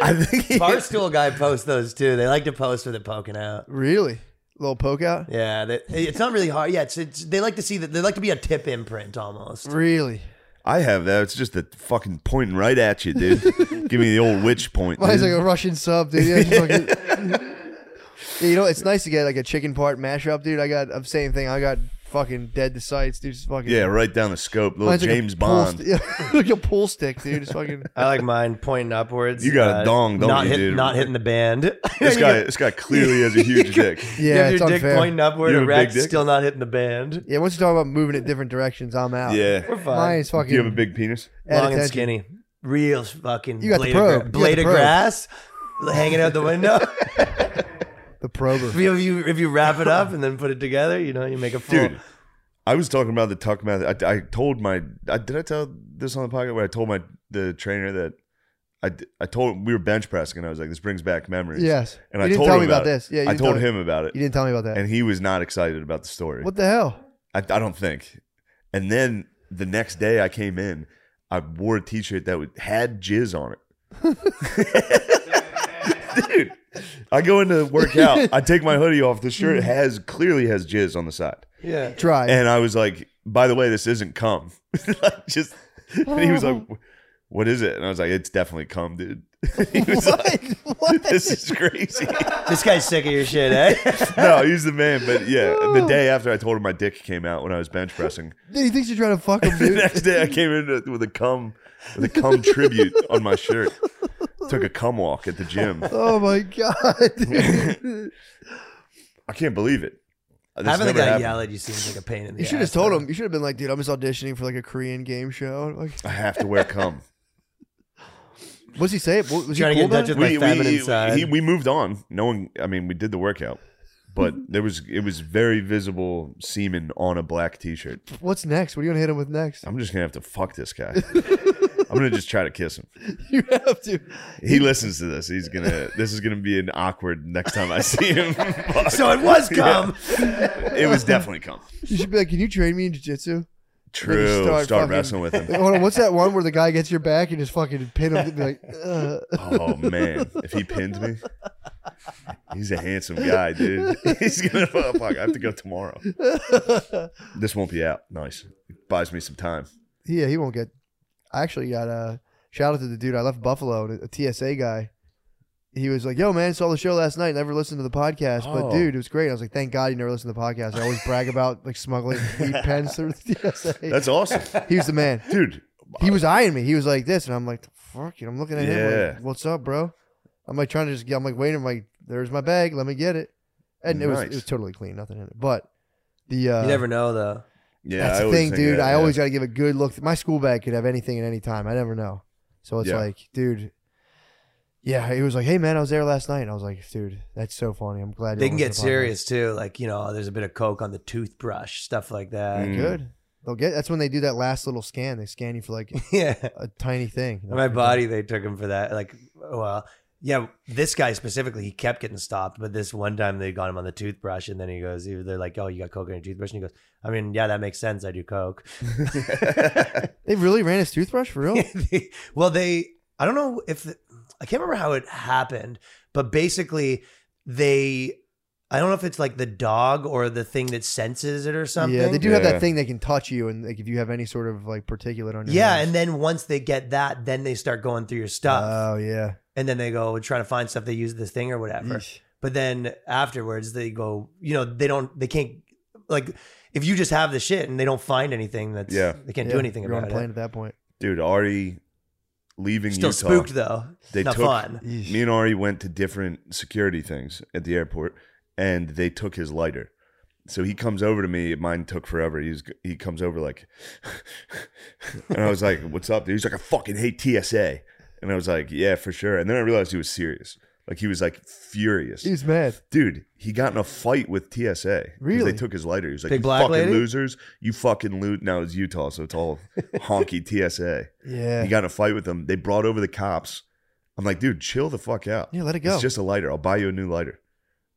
I think he,
Barstool guy posts those too. They like to post with it poking out.
Really? Little poke out?
Yeah, they, it's not really hard. Yeah, it's, it's they like to see that. They like to be a tip imprint almost.
Really?
I have that. It's just the fucking pointing right at you, dude. Give me the old witch point.
Mine's like
dude.
a Russian sub, dude. Yeah, you fucking- Yeah, you know, it's nice to get like a chicken part mashup, dude. I got, I'm same thing. I got fucking dead to sights, dude. Just fucking
yeah, right down the scope, little
Mine's like a
James
pool
Bond.
st- yeah, like a pool stick, dude. It's fucking.
I like mine pointing upwards. uh,
You got a dong, don't
not
you,
hit-
dude?
Not hitting the band.
this guy, this guy clearly has a huge dick.
You
Yeah,
have
it's
your dick
unfair.
pointing upward,
You have a big
erect,
dick?
still not hitting the band.
Yeah, once you talk about moving in different directions, I'm out.
Yeah.
Fine.
mine's
Do
fucking.
you have a big penis?
at
Long and
attention.
skinny. Real fucking
You got the
blade,
probe.
of, gra-
You got
blade
the
of
probe.
grass hanging out the window.
The prober.
if, you, if you if you wrap it up and then put it together, you know, you make a full.
Dude,
Oh.
I was talking about the tuck method. I, I told my, I, did I tell this on the podcast where I told my the trainer that I, d- I told we were bench pressing and I was like, this brings back memories.
Yes.
And
You
I
didn't
told
tell
him
me about
it.
this. Yeah, you
I
didn't
told
tell me-
him about it,
You didn't tell me about that.
and he was not excited about the story.
what the hell?
I, I don't think. And then the next day I came in, I wore a t-shirt that would, had jizz on it. Dude, I go into work out, I take my hoodie off, the shirt
Mm-hmm.
has clearly has jizz on the side.
Yeah.
Try.
And I was like, by the way, this isn't cum. Like, just and he was like, what is it? And I was like, it's definitely cum, dude. he was like,
what? what?
this is crazy.
This guy's sick of your shit, eh?
no, he's the man. But yeah, the day after I told him my dick came out when I was bench pressing,
Dude, he thinks you're trying to fuck him,
the
dude.
next day I came in with a cum with a cum tribute on my shirt. Took a cum walk at the gym.
oh my god. dude.
I can't believe it. This
Having the
never
guy
happened.
yell at you seems like a pain in the
you should have
ass,
told
though.
him. You should have been like, dude, I'm just auditioning for like a Korean game show. Like,
I have to wear cum.
what's he say? What, was he
Trying to
cool
get in touch
about it?
with- My feminine side.
he, we moved on. No one. I mean, we did the workout, but there was it was very visible semen on a black t-shirt.
What's next? What are you gonna hit him with next?
I'm just gonna have to fuck this guy. I'm gonna just try to kiss him.
you have to.
He listens to this. He's gonna. This is gonna be an awkward next time I see him. Fuck.
So it was cum.
it was definitely cum.
You should be like, can you train me in jiu-jitsu?
True.
start
Start,
fucking-
wrestling with him.
Like, hold on, what's that one where the guy gets your back and just fucking pin him? Be like, uh.
Oh man, if he pinned me, he's a handsome guy, dude. He's gonna oh, fuck. I have to go tomorrow. This won't be out. Nice. Buys me some time.
Yeah, he won't get. I actually got a shout out to the dude I left Buffalo, a a TSA guy. He was like, "Yo, man, saw the show last night. Never listened to the podcast, but
Oh.
dude, it was great." I was like, "Thank God you never listened to the podcast." I always brag about like smuggling weed pens through the TSA.
That's awesome,
he was the man.
dude.
He was eyeing me. He was like this, and I'm like, the "Fuck you!" I'm looking at him.
Yeah.
Like, What's up, bro? I'm like trying to just. get I'm like waiting. I'm like, "There's my bag. Let me get it." And it was
Nice.
it was totally clean, nothing in it. But the uh,
You never know, though.
Yeah,
That's
I
the
always
thing,
think
dude.
that,
I
yeah.
always got to give a good look. My school bag could have anything at any time. I never know. So it's
Yeah.
like, dude. Yeah, he was like, "Hey, man, I was there last night." And I was like, "Dude, that's so funny. I'm glad
They
you're
can
on
get
the podcast."
serious too. Like, you know, oh, there's a bit of coke on the toothbrush, stuff like that.
Mm.
Good. They'll get. That's when they do that last little scan. They scan you for like
Yeah.
a tiny thing.
My body, they took him for that. Like, well, yeah, this guy specifically, he kept getting stopped. But this one time, they got him on the toothbrush, and then he goes, they're like, "Oh, you got coke on your toothbrush?" And he goes, "I mean, yeah, that makes sense. I do coke."
They really ran his toothbrush for real.
well, they, I don't know if I can't remember how it happened, but basically, they, I don't know if it's like the dog or the thing that senses it or something.
Yeah, they do have
Yeah.
that thing they can touch you, and like if you have any sort of like particulate on your
Yeah,
hands.
and then once they get that, then they start going through your stuff,
oh yeah,
and then they go "We're trying to find stuff they use this thing or whatever.
Yeesh.
But then afterwards, they go, you know, they don't, they can't, like, if you just have the shit and they don't find anything, that's
Yeah.
they can't
Yeah,
do anything
You're on
about
a plane
it.
at that point.
dude, Ari leaving
Still
Utah.
spooked though.
They
Not
took
fun.
Yeesh.
me and Ari went to different security things at the airport, and they took his lighter. So he comes over to me. Mine took forever. He's he comes over like, and I was like, "What's up?" Dude? He's like, "I fucking hate TSA," and I was like, "Yeah, for sure." And then I realized he was serious. Like he was like furious,
He's mad.
dude. He got in a fight with TSA. 'cause
Really?
They took his lighter. He was like,
Big
"You
black
fucking
lady?"
losers! You fucking loot." Now it's Utah, so it's all honky TSA.
Yeah.
He got in a fight with them. They brought over the cops. I'm like, dude, chill the fuck out.
yeah, let it go.
It's just a lighter. I'll buy you a new lighter.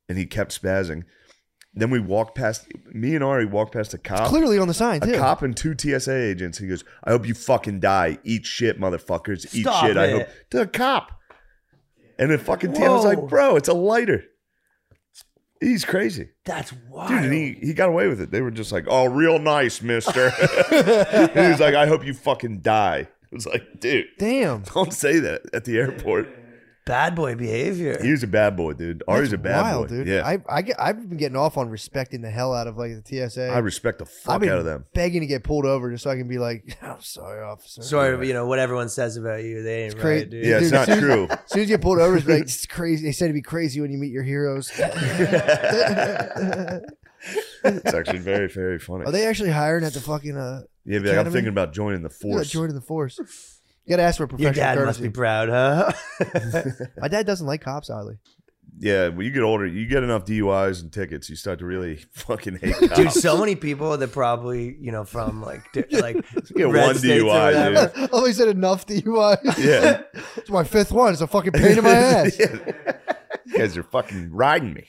And he kept spazzing. Then we walked past me and Ari walked past a cop.
Clearly on the sign too.
a cop and two TSA agents. He goes, I hope you fucking die. Eat shit, motherfuckers. Eat
Stop
shit. I
it.
hope to a cop. And the fucking TSA was
Whoa.
like, bro, it's a lighter. He's crazy.
That's wild.
Dude, and he, he got away with it. They were just like, oh, real nice, mister. he was like, I hope you fucking die. It was like, dude,
Damn.
don't say that at the airport.
Bad boy behavior.
He was a bad boy, dude. Ari's a
That's
bad
wild,
boy.
dude.
Yeah.
I, I get, I've been getting off on respecting the hell out of like the TSA.
I respect the
I've
fuck
been
out of them.
begging to get pulled over just so I can be like, I'm sorry, officer.
Sorry, but you know what everyone says about you, they ain't
It's cra-
right, dude.
Yeah, it's
Dude,
not
seriously.
true.
As soon as you get pulled over, it's like, it's crazy. They said it'd be crazy when you meet your heroes. Are
It's actually very, very funny.
they actually hiring at the fucking, uh,
yeah, be like, I'm
Academy?
thinking about joining the
like
force.
joining the force? You gotta ask for
Your
professional
dad must
courtesy.
be proud, huh?
My dad doesn't like cops, oddly.
yeah, when you get older, you get enough DUIs and tickets, you start to really fucking hate
Dude,
cops.
so many people that probably you know from like di- like
get
red
one
states or
DUI, dude.
whatever.
I always said enough DUIs.
Yeah.
it's my fifth one. It's a fucking pain in my ass.
Yeah. You guys are fucking riding me.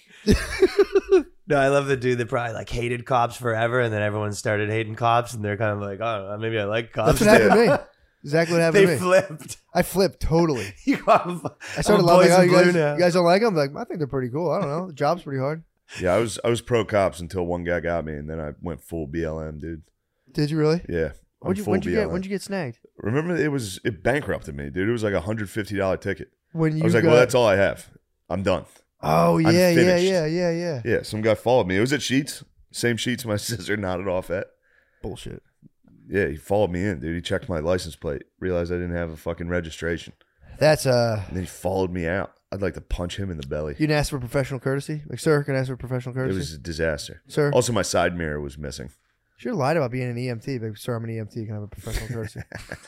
No, I love the dude that probably like hated cops forever, and then everyone started hating cops, and they're kind of like, oh, maybe I like cops.
That's what happened to me. Exactly what
they
happened to me.
flipped.
I flipped totally.
You got a,
I started
I'm a
loving
boys
like, oh,
in
you
blue
guys,
now.
you guys don't like them. Like, I think they're pretty cool. I don't know. The job's pretty hard.
Yeah, I was I was pro cops until one guy got me, and then I went full BLM, dude.
Did you really?
Yeah, I'm
When'd you,
full
when'd you get?
BLM.
When'd you get snagged?
Remember, it was it bankrupted me, dude. It was like a hundred fifty dollar ticket.
When you
I was like,
got,
well, that's all I have. I'm done.
Oh yeah, yeah,
finished.
yeah, yeah, yeah.
Yeah, some guy followed me. It was at Sheets, same Sheets my sister nodded off at.
Bullshit.
Yeah, he followed me in, dude. He checked my license plate, realized I didn't have a fucking registration,
That's uh.
and then he followed me out. I'd like to punch him in the belly.
You didn't ask for professional courtesy, like sir. Can I ask for professional
It
courtesy,
was Oh. a disaster.
sir?
Also, my side mirror was missing.
Sure lied about being an EMT, but sir, I'm an EMT. Can I have a professional courtesy?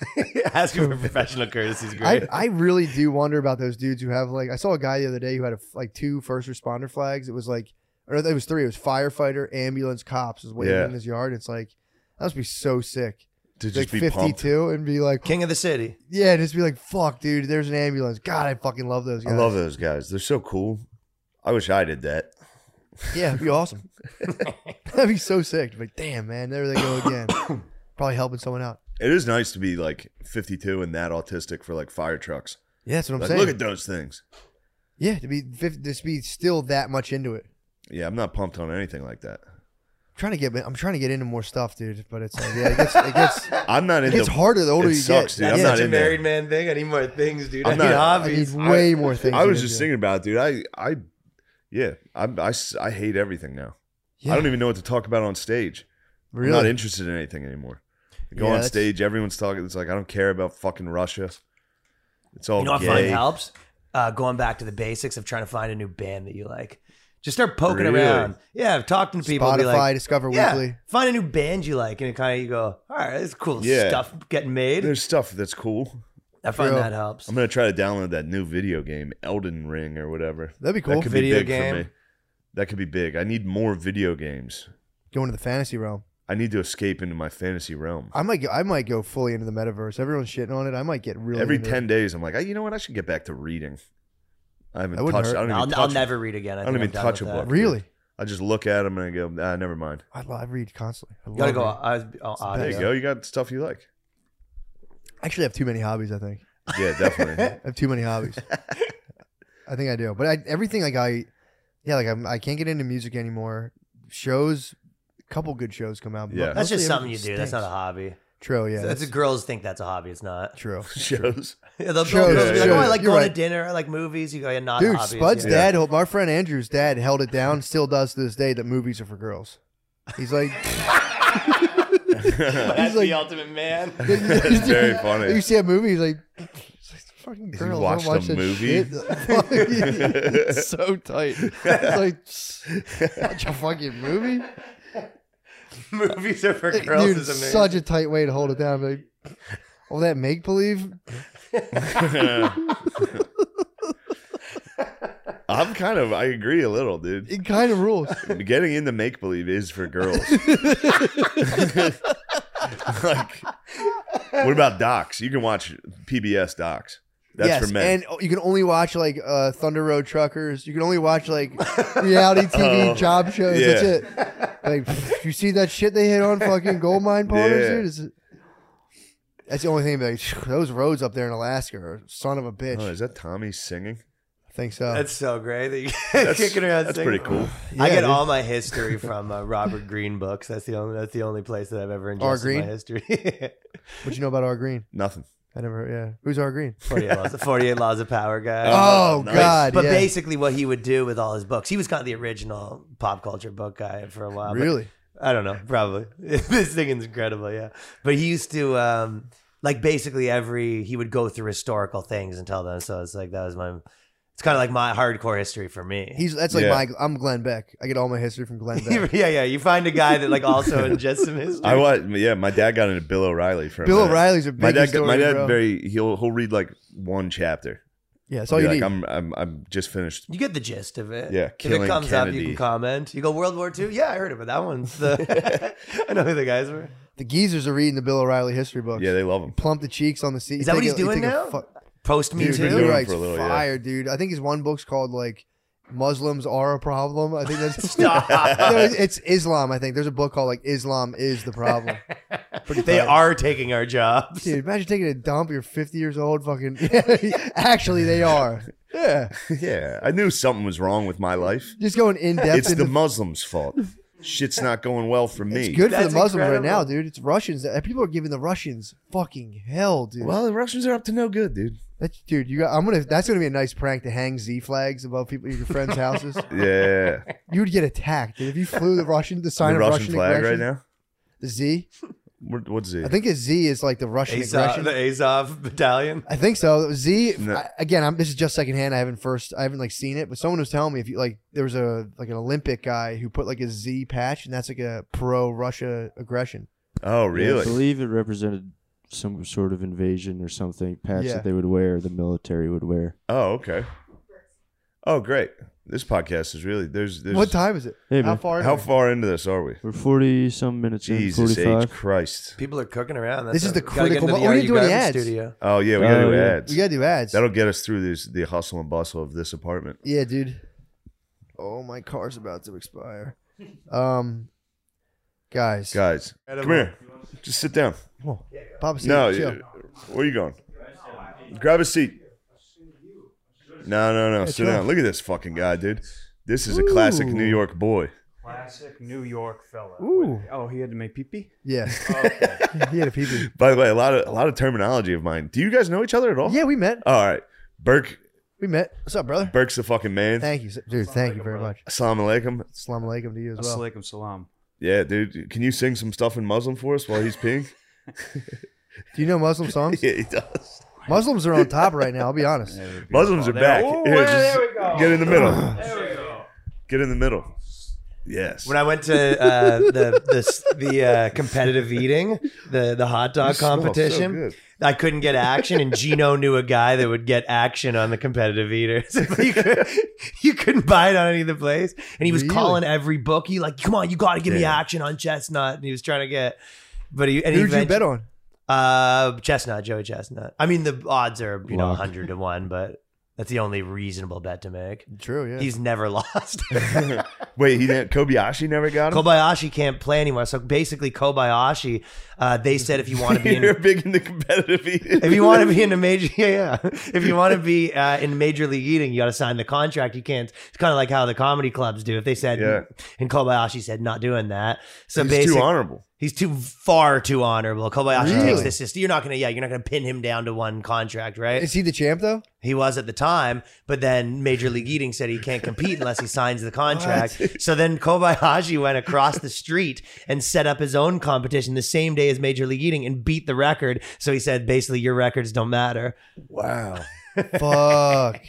Asking for professional courtesy is
I,
great.
I really do wonder about those dudes who have like I saw a guy the other day who had a, like two first responder flags. It was like or it was three. It was firefighter, ambulance, cops is waiting
Yeah.
in his yard. It's like that must be so sick.
To just
like
be
fifty
pumped.
two and be like
King of the city.
yeah, and just be like fuck, dude. There's an ambulance. God, I fucking love those.
I
Guys.
love those guys. They're so cool. I wish I did that.
Yeah, it'd be awesome. That'd be so sick. Like damn, man, there they go again. Probably helping someone out.
It is nice to be like 52 and that autistic for like fire trucks.
Yeah, that's what I'm
Like,
saying.
look at those things.
yeah, to be 50, just be still that much into it.
Yeah, I'm not pumped on anything like that.
I'm trying to get I'm trying to get into more stuff, dude. But it's like yeah, it gets it gets.
I'm not
It
into.
gets harder the older
it
you
sucks,
get.
dude. I'm
That's
not
such a
in there.
married man thing. I need more things, dude. i
I'm
need
not-
I
hobbies.
need way more things.
I
to
was
get
just
into.
thinking about it, dude. I, I, yeah, I'm, I, s- I hate everything now. I don't even know what to talk about on stage.
really.
I'm not interested in anything anymore. I go
Yeah,
on
that's-
stage, everyone's talking. It's like I don't care about fucking Russia. It's all
You know what I
gay.
find helps? Uh, going back to the basics of trying to find a new band that you like. Just start poking
Really?
around. Yeah, I've talked to people. and be
Spotify,
like,
Discover
yeah,
Weekly.
find a new band you like, and it kind of you go, all right, it's cool
Yeah.
stuff getting made.
There's stuff that's cool.
I find
True.
that helps.
I'm gonna try to download that new video game, Elden Ring or whatever.
That'd be cool.
That could
Video
be big
game.
for me. That could be big. I need more video games.
Going to the fantasy realm.
I need to escape into my fantasy realm.
I might go, I might go fully into the metaverse. Everyone's shitting on it. I might get really
Every
into it.
ten days, I'm like, "Hey, you know what? I should get back to reading. I haven't
That wouldn't
touched.
hurt.
I don't even
I'll,
touch
I'll
it.
never read again. I,
I don't
think
even
I'm done
touch
with
a
that.
book.
Really?
I just look at them and I go, ah, never mind.
I, lo- I read constantly. I
You gotta
love
go.
reading.
I was, oh,
the
odd.
There
Yeah.
you go. You got stuff you like.
I actually have too many hobbies. I think
Yeah, definitely.
I have too many hobbies. I think I do. But I, everything like I, yeah, like I'm, I can't get into music anymore. Shows, a couple good shows come out. but
Yeah.
That's just
mostly
something you do.
everything
That's not a
stinks.
hobby.
True. Yeah,
that's,
that's,
girls think that's a hobby. It's not.
true.
Shows.
Yeah, they'll,
Shows,
they'll be like,
shows.
oh, I like
You're
going
right.
to dinner. I like movies. You go, yeah, not
Dude,
hobbies.
Spud's
yeah.
dad, hold- our friend Andrew's dad, held it down. Still does to this day that movies are for girls. He's like,
That's
like-
the ultimate man.
That's very funny.
you see a movie, he's like, it's like fucking
You
girls.
watched
don't watch
a
that
movie?
shit. it's so tight. It's like, watch a fucking movie.
movies are for girls.
Dude,
is amazing.
such a tight way to hold it down. Like, all that make believe.
I'm kind of. I agree a little, dude.
It kind of rules.
Getting into make believe is for girls. like, what about docs? You can watch PBS docs. That's
yes,
for men.
and oh, you can only watch like uh, Thunder Road Truckers. You can only watch like reality TV
Oh,
job shows.
yeah.
That's it. Like pff, you see that shit they hit on fucking gold mine partners,
Yeah.
dude. Is it- that's the only thing. Like phew, those roads up there in Alaska are son of a bitch. uh,
oh, is that Tommy singing?
I think so.
That's so great. That you
That's,
kicking around.
that's
singing.
pretty cool.
I
Yeah,
get
dude.
all my history from uh, Robert Greene books. That's the only. That's the only place that I've ever ingested
Greene?
my history.
What you know about R Green?
Nothing.
I never. Yeah, who's R Green?
48 laws, 48 laws of power guy.
Oh,
Uh, nice.
God!
but
yeah.
basically what he would do with all his books, he was kind of the original pop culture book guy for a while. but
really?
I don't know, probably. this thing is incredible, yeah. But he used to um like basically every he would go through historical things and tell them. So it's like that was my it's kind of like my hardcore history for me.
He's that's like
Yeah.
my. I'm Glenn Beck. I get all my history from Glenn Beck.
yeah, yeah. You find a guy that like also ingests some history.
I watch. Yeah, my dad got into Bill O'Reilly for a
Bill
minute.
O'Reilly's a big
My dad.
historian,
my dad
bro.
very. He'll he'll read like one chapter.
yeah, that's
He'll
all
be
Oh, you
like,
need.
I'm I'm I'm just finished.
You get the gist of it.
Yeah,
If it
killing
comes up, you
Kennedy.
can comment. You go World War II. Yeah, I heard about that one's the. I know who the guys were.
the geezers are reading the Bill O'Reilly history books.
Yeah, they love him.
plump the cheeks on the seat.
Is that what he's
Take a-
doing
take a
now?
fu-
Post me
been
dude,
too.
doing
Bill
it
Wright's
for a little, yeah.
fire, dude. I think his one book's called like Muslims are a problem. I think that's No, it- it's Islam. I think there's a book called like Islam is the problem.
they
tight.
are taking our jobs.
Dude, imagine taking a dump. You're 50 years old. Fucking actually, they are. Yeah,
yeah, I knew something was wrong with my life.
just going in depth.
it's the
into-
Muslims' fault. Shit's not going well for me.
it's good for
That's
the Muslims right
incredible.
now, dude. It's Russians. that- People are giving the Russians fucking hell, dude.
Well, the Russians are up to no good, dude.
That's, dude, you got. I'm gonna. That's gonna be a nice prank to hang Z flags above people your friends' houses.
Yeah,
You would get attacked dude. if you flew the Russian the sign
the
of
Russian,
Russian
flag
aggression.
right now.
The Z.
What- What's it?
I think a Z is like the Russian
Azov,
aggression.
uh, the Azov battalion.
I think so. Z
No.
I- again. I'm, this is just secondhand. I haven't first. I haven't like seen it, but someone was telling me if you like, there was a like an Olympic guy who put like a Z patch, and that's like a pro Russia aggression.
oh,
I
really?
believe it represented some sort of invasion or something. Patch
Yeah.
that they would wear, the military would wear.
Oh, okay. Oh, great. This podcast is really there's there's
what time is it?
Hey,
How
man.
far? are
How
we?
far into this are we?
We're forty some minutes
Jesus
in,
H
forty-five.
Christ.
People are cooking around. That's
This is
what-
the
gotta get
critical
into
mo- we
Are
didn't
You
do any
Grabbing
ads.
Studio.
Oh yeah, we gotta
Oh,
do
yeah.
ads.
We gotta do ads.
That'll get us through this, the hustle and bustle of this apartment.
Yeah, dude. Oh, my car's about to expire. Um, guys,
Guys, come here. Just sit down.
Papa, Steve,
No,
chill.
you- where you going? Grab a seat. No, no, no. Sit down. Look at this fucking guy, dude. This is a classic New York boy.
Classic New York fella.
Ooh.
Oh, he had to make pee pee?
yeah, he had a pee pee.
By the way, a lot of a lot of terminology of mine. Do you guys know each other at all?
Yeah, we met.
All right. Burke
We met. What's up, brother?
Burke's the fucking man.
Thank you, sir. dude. Thank you very much.
Assalamu alaikum.
Assalamu alaikum to you as well.
Assalamu salam.
Yeah, dude. Can you sing some stuff in Muslim for us while he's peeing?
Do you know Muslim songs?
yeah, he does.
Muslims are on top right now. I'll be honest.
Muslims are back.
Ooh,
Here,
there
just
we go.
Get in the middle.
There we go.
Get in the middle. Yes.
When I went to uh, the the s- the uh, competitive eating, the the hot dog
You smell so
competition,
good.
I couldn't get action, and Gino knew a guy that would get action on the competitive eaters. you, could, you couldn't buy it on any of the place, and he was
Really?
calling every bookie like, "Come on, you got to give me
Yeah.
action on Chestnut," and he was trying to get. But he and
Who'd
he
you bet on?
Uh, Chestnut, Joey Chestnut. I mean, the odds are you know
Luck.
hundred to one, but that's the only reasonable bet to make.
True, yeah.
He's never lost.
Wait, he didn't. Kobayashi never got him.
Kobayashi can't play anymore. So basically, Kobayashi, uh, they said if you want to be
You're
in,
big into competitive eating.
if you want to be in a major, yeah, yeah. If you want to be uh, in major league eating, you got to sign the contract. You can't. It's kind of like how the comedy clubs do. If they said,
Yeah.
and Kobayashi said, not doing that. So
He's
basically,
too honorable.
he's too far too honorable. Kobayashi
Really?
takes this. system. You're not gonna, yeah, you're not gonna pin him down to one contract, right?
Is he the champ though?
He was at the time, but then Major League Eating said he can't compete unless he signs the contract. so then Kobayashi went across the street and set up his own competition the same day as Major League Eating and beat the record. So he said, basically, your records don't matter.
Wow,
Fuck.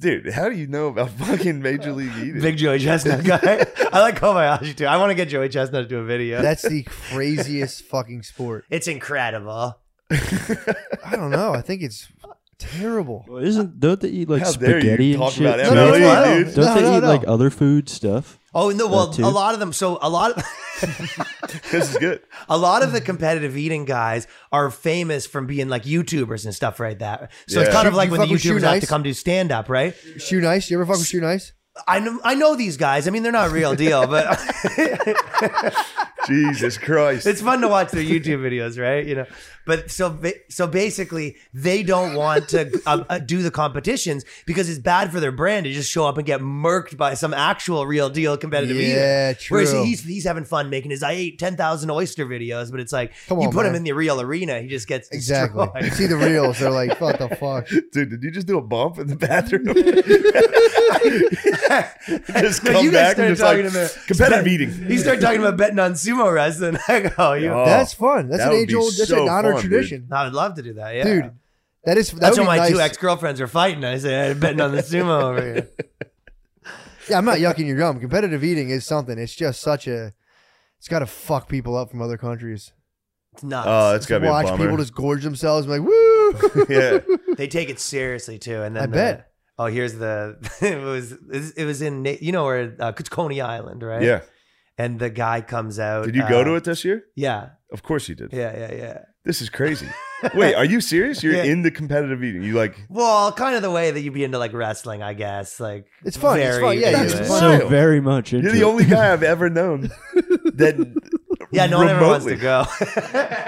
dude, how do you know about fucking major league eating?
Big Joey Chestnut guy. I like Kobayashi too. I want to get Joey Chestnut to do a video.
That's the craziest fucking sport.
it's incredible.
I don't know. I think it's terrible.
Well, isn't don't they eat like
How dare you
spaghetti and
talk
shit?
about
too?
No, no,
MLE,
no.
dude.
Don't
No,
they
no,
eat
no.
like other food stuff?
Oh no! Well,
too.
a lot of them. So a lot of.
This is good.
A lot of the competitive eating guys are famous from being like YouTubers and stuff like that. So it's
Yeah.
kind of
Shoot-
like
you
when the
fuck with Shoe
YouTubers have to
Nice?
come do stand up, right?
Shoe nice. You ever fuck with shoe nice?
I know, I know these guys. I mean, they're not real deal, but
Jesus Christ.
it's fun to watch their YouTube videos, right? You know, but so ba- so basically, they don't want to uh, uh, do the competitions because it's bad for their brand to just show up and get murked by some actual real deal competitive eater.
Yeah,
Whereas
true.
he's he's having fun making his I ate ten thousand oyster videos, but it's like
Come
you
on,
put him
man.
in the real arena, he just gets
Exactly.
destroyed.
You see the reels. They're like, what the fuck?
Dude, did you just do a bump in the bathroom? just
No,
come
you guys
back and
started
just like,
talking to me.
competitive eating.
He started talking about betting on sumo wrestling. I go, you,
Oh,
That's fun. That's
that
an
would be
age old. That's
so
an honor
fun, dude.
tradition,
I would love to do that, yeah.
dude. That is. That
That's
would
when
be
my
nice.
two ex girlfriends were fighting. I said, I'm betting on the sumo over here.
Yeah, I'm not yucking your gum. Competitive eating is something. It's just such a. It's got to fuck people up from other countries.
It's nuts.
Oh, that's gotta be a
Watch
bummer.
people just gorge themselves. and be like, woo.
yeah.
they take it seriously too. And then
I
the-
bet.
Oh, here's the. It was it was in Na- you know where uh, it's Coney Island, right?
Yeah.
And the guy comes out.
Did you go
uh,
to it this year?
Yeah,
Of course you did.
yeah, yeah, yeah.
This is crazy. Wait, are you serious? You're
Yeah.
in the competitive eating. You like
Well, kind of the way that you'd be into like wrestling, I guess. Like
It's fun, it's
very
fun, yeah,
into
it's
it.
fun.
So
Wild.
very much. Into
you're the
it.
only guy I've ever known that
Yeah, no one ever wants to
remotely-
go.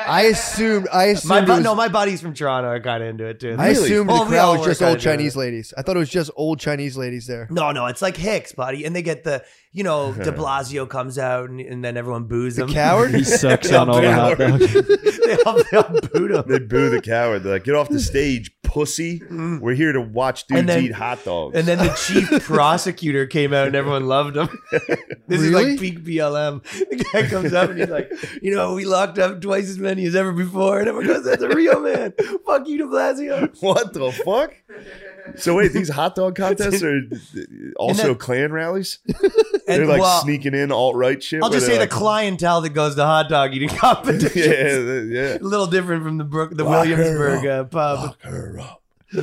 I assumed. I assumed.
my
it
bu-
was-
no, my buddies from Toronto are kind of into it too.
I assumed
Well,
the
we all
crowd was
were
just
kinda
old
doing
Chinese ladies. I thought it was just old Chinese ladies there.
No, no, it's like Hicks, buddy. And they get the, you know, De Blasio comes out and, and then everyone boos him.
He
Coward.
sucks on all the hot dogs.
they, all, they all booed him.
They boo the coward. They're like, get off the stage, pussy. We're here to watch dudes
Mm. And then-
eat hot dogs.
And then the chief prosecutor came out and everyone loved him. this is
Really?
like peak BLM. The guy comes up and he's like, you know, we locked up twice as many as ever before. And everyone goes, that's a real man. Fuck you, De Blasio.
what the fuck? So wait, these hot dog contests are also
then-
Klan rallies?
And
They're like
well,
sneaking in alt right shit.
I'll
where
just say
they're
the clientele that goes to hot dog eating
like,
competitions.
yeah, the- yeah.
A little different from the Brook, the
Lock her
Williamsburg uh, pub.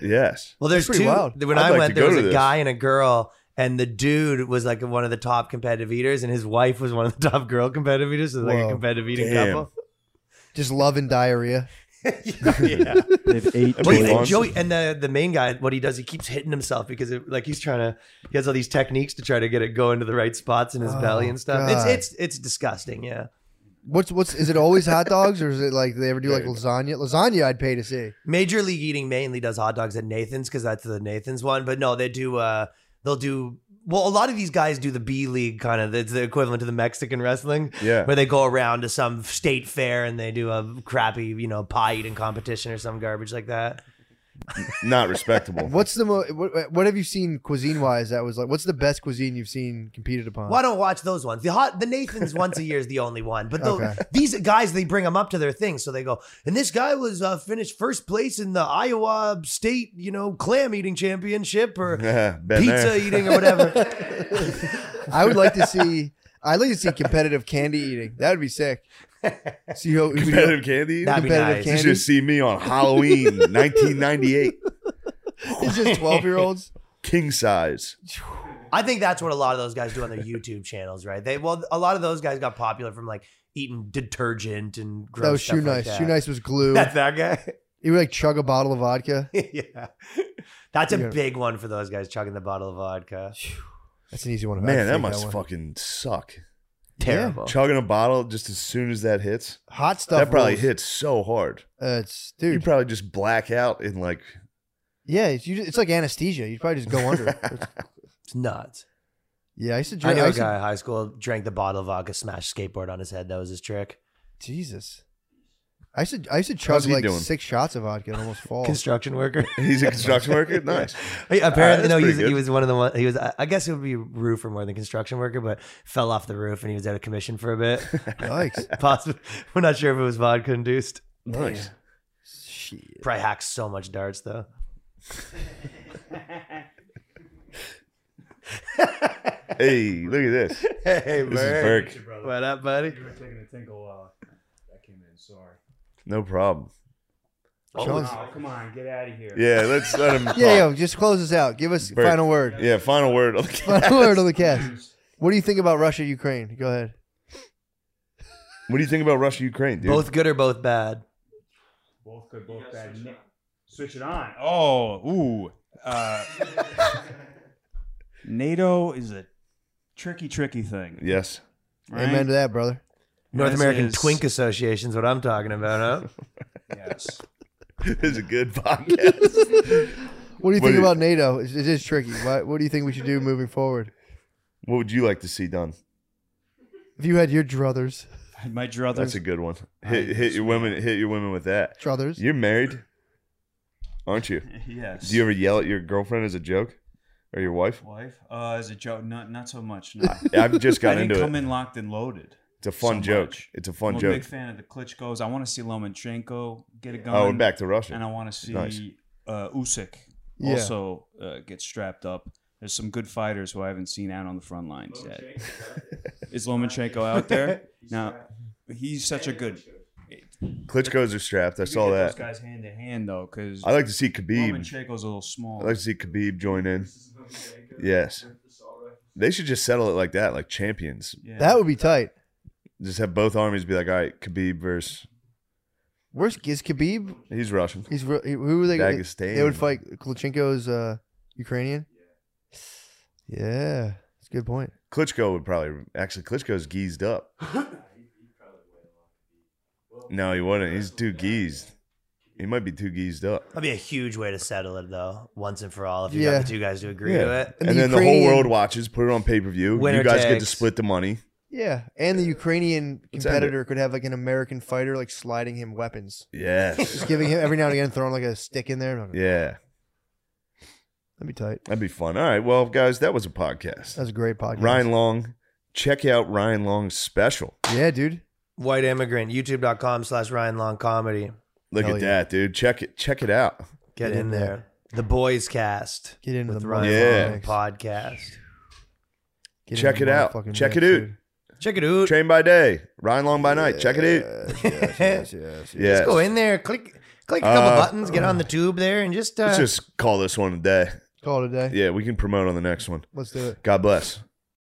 Yes.
Well, there's
pretty
two.
wild.
When
I'd
I
like to
went, there
go
was a
to this.
guy and a girl, and the dude was like one of the top competitive eaters, and his wife was one of the top girl competitive eaters. So they're like
Whoa.
a competitive eating
Damn.
couple.
Just love and diarrhea.
yeah.
They have eight.
What
What do you
Wait,
dogs.
think,
Lawrence-
Joey? And the the main guy, what he does, he keeps hitting himself because it, like he's trying to, he has all these techniques to try to get it going to the right spots in his
Oh,
belly and stuff.
God.
It's it's it's disgusting. Yeah.
What's what's is it always hot dogs or is it like do they ever do like lasagna? Lasagna I'd pay to see.
Major League Eating mainly does hot dogs at Nathan's because that's the Nathan's one. But no, they do. uh They'll do. Well, a lot of these guys do the B League kind of. It's the equivalent to the Mexican wrestling.
Yeah.
Where they go around to some state fair and they do a crappy, you know, pie eating competition or some garbage like that.
Not respectable.
What's the mo- what, what have you seen cuisine wise that was like? What's the best cuisine you've seen competed upon?
Well, I don't watch those ones. The hot, the Nathan's once a year is the only one. But the,
Okay.
these guys, they bring them up to their thing. So they go, and this guy was uh, finished first place in the Iowa State, you know, clam eating championship or
Been
pizza
there.
eating or whatever.
I would like to see. I'd like to see competitive candy eating. That would be sick. See who, who-
Competitive candy.
That'd be nice.
competitive
You
candy.
should see me on Halloween 1998,
It's just twelve year olds.
king size.
I think that's what a lot of those guys do on their YouTube channels, right? They well, a lot of those guys got popular from like eating detergent and gross
That was
stuff
shoe
like
nice.
that.
Shoe nice was glue.
That's that guy.
He would like chug a bottle of vodka.
yeah, that's a
Yeah.
big one for those guys chugging the bottle of vodka.
That's an easy one. I'd
Man, that
take
must
one. Oh.
fucking suck.
Terrible.
Chugging a bottle just as soon as that hits.
hot stuff.
that probably
rules.
hits so hard.
Uh, it's
You
dude.
probably just black out in like
yeah, it's, you, just- it's like anesthesia. You probably just go under. It's-
It's nuts.
yeah, I used to
I
drink.
knew
I
a
used to-
guy in high school drank the bottle of vodka, smashed skateboard on his head. That was his trick.
Jesus. I used to I used to chug
How's he
like
doing?
six shots of vodka and almost fall.
Construction worker.
he's a construction worker. Nice.
Hey,
that's
apparently, no, he
pretty
was, he
good.
was one of the one. He was, I I guess, it would be roofer more than construction worker, but fell off the roof and he was out of commission for a bit.
Yikes.
Possibly, we're not sure if it was vodka induced.
Nice.
Shit.
Probably hacks so much darts though.
Hey, look at this.
Hey,
This is Burke.
brother.
What up, buddy?
You were taking a tinkle while that came in. Sorry.
No problem.
Oh,
Sean's-
come on, get out of here.
Yeah, let's let him. talk.
Yeah, yo, just close us out. Give us
Bert.
final word.
yeah. Final word. on the
Final
cast.
word on the cast. What do you think about Russia Ukraine? Go ahead.
What do you think about Russia Ukraine, dude?
Both good or both bad?
Both good, both bad. Switch it, switch it on. Oh, ooh. Uh, NATO is a tricky, tricky thing.
Yes.
right?
Amen to that, brother.
North
This
American
is-
Twink Association's what I'm talking about, huh?
Yes.
this is a good podcast.
What do you
What
think
do you-
about NATO? It it is tricky. What, what do you think we should do moving forward?
what would you like to see done?
If you had your druthers,
My druthers.
That's a good one. Hit, hit your women. Hit your women with that.
druthers,
You're married, aren't you?
Yes.
Do you ever yell at your girlfriend as a joke, or your wife?
wife? Uh, as a joke, not not so much. No.
I've just
I
got
didn't
into
come
it.
in locked and loaded.
It's a fun
so
joke.
much.
It's a fun
I'm a
joke.
big fan of the Klitschko's. I want to see Lomachenko get a gun.
Oh, we're back to
And
Russia.
I want to see
Nice.
uh, Usyk
Yeah.
also uh, get strapped up. There's some good fighters who I haven't seen out on the front lines yet. Is Lomachenko out there? now, he's such a good.
Klitschko's are strapped. I saw
Get
that.
Those guys hand to hand though, because
I like to see Khabib.
Lomachenko's a little small.
I like to see Khabib join in. Yes. They should just settle it like that, like champions.
yeah.
that would be tight.
Just have both armies be like, all right, Khabib versus
Where's is Khabib?
he's Russian.
He's re- who were they?
Dagestan.
They would fight Klitschko's uh, Ukrainian. Yeah, that's a good point.
Klitschko would probably actually Klitschko's geezed up. no, he wouldn't. He's too geezed. He might be too geezed up.
That'd be a huge way to settle it though, once and for all. If you
Yeah.
got the two guys to agree to it,
And,
And the
then the whole
Ukrainian-
world watches, put it on pay per view. You
Winner
guys get to
takes.
split the money.
Yeah, and the Ukrainian
Let's end it.
competitor could have like an American fighter like sliding him weapons,
Yes.
just giving him every now and again throwing like a stick in there.
yeah.
That'd be tight.
That'd be fun. All right. Well, guys, that was a podcast.
That's a great podcast.
Ryan Long. Check out Ryan Long's special.
Yeah, dude.
white immigrant, youtube.com slash Ryan Long comedy.
Look
Hell
at
yeah.
that, dude. Check it check it out.
Get
Get
in
in
there. The boys cast.
Get into
with
the
Ryan
Yeah.
Long podcast.
Get
Check
into
it out.
motherfucking
Check
mix,
it out.
dude.
Check it out.
Train by day, Ryan Long by night. Check it out.
Yes, yes, yes, yes, yes.
Yeah.
Go in there, click click a couple
Uh,
buttons, get on the tube there, and just uh,
Let's just call this one a day.
Call it a day.
Yeah, we can promote on the next one.
Let's do it.
God bless.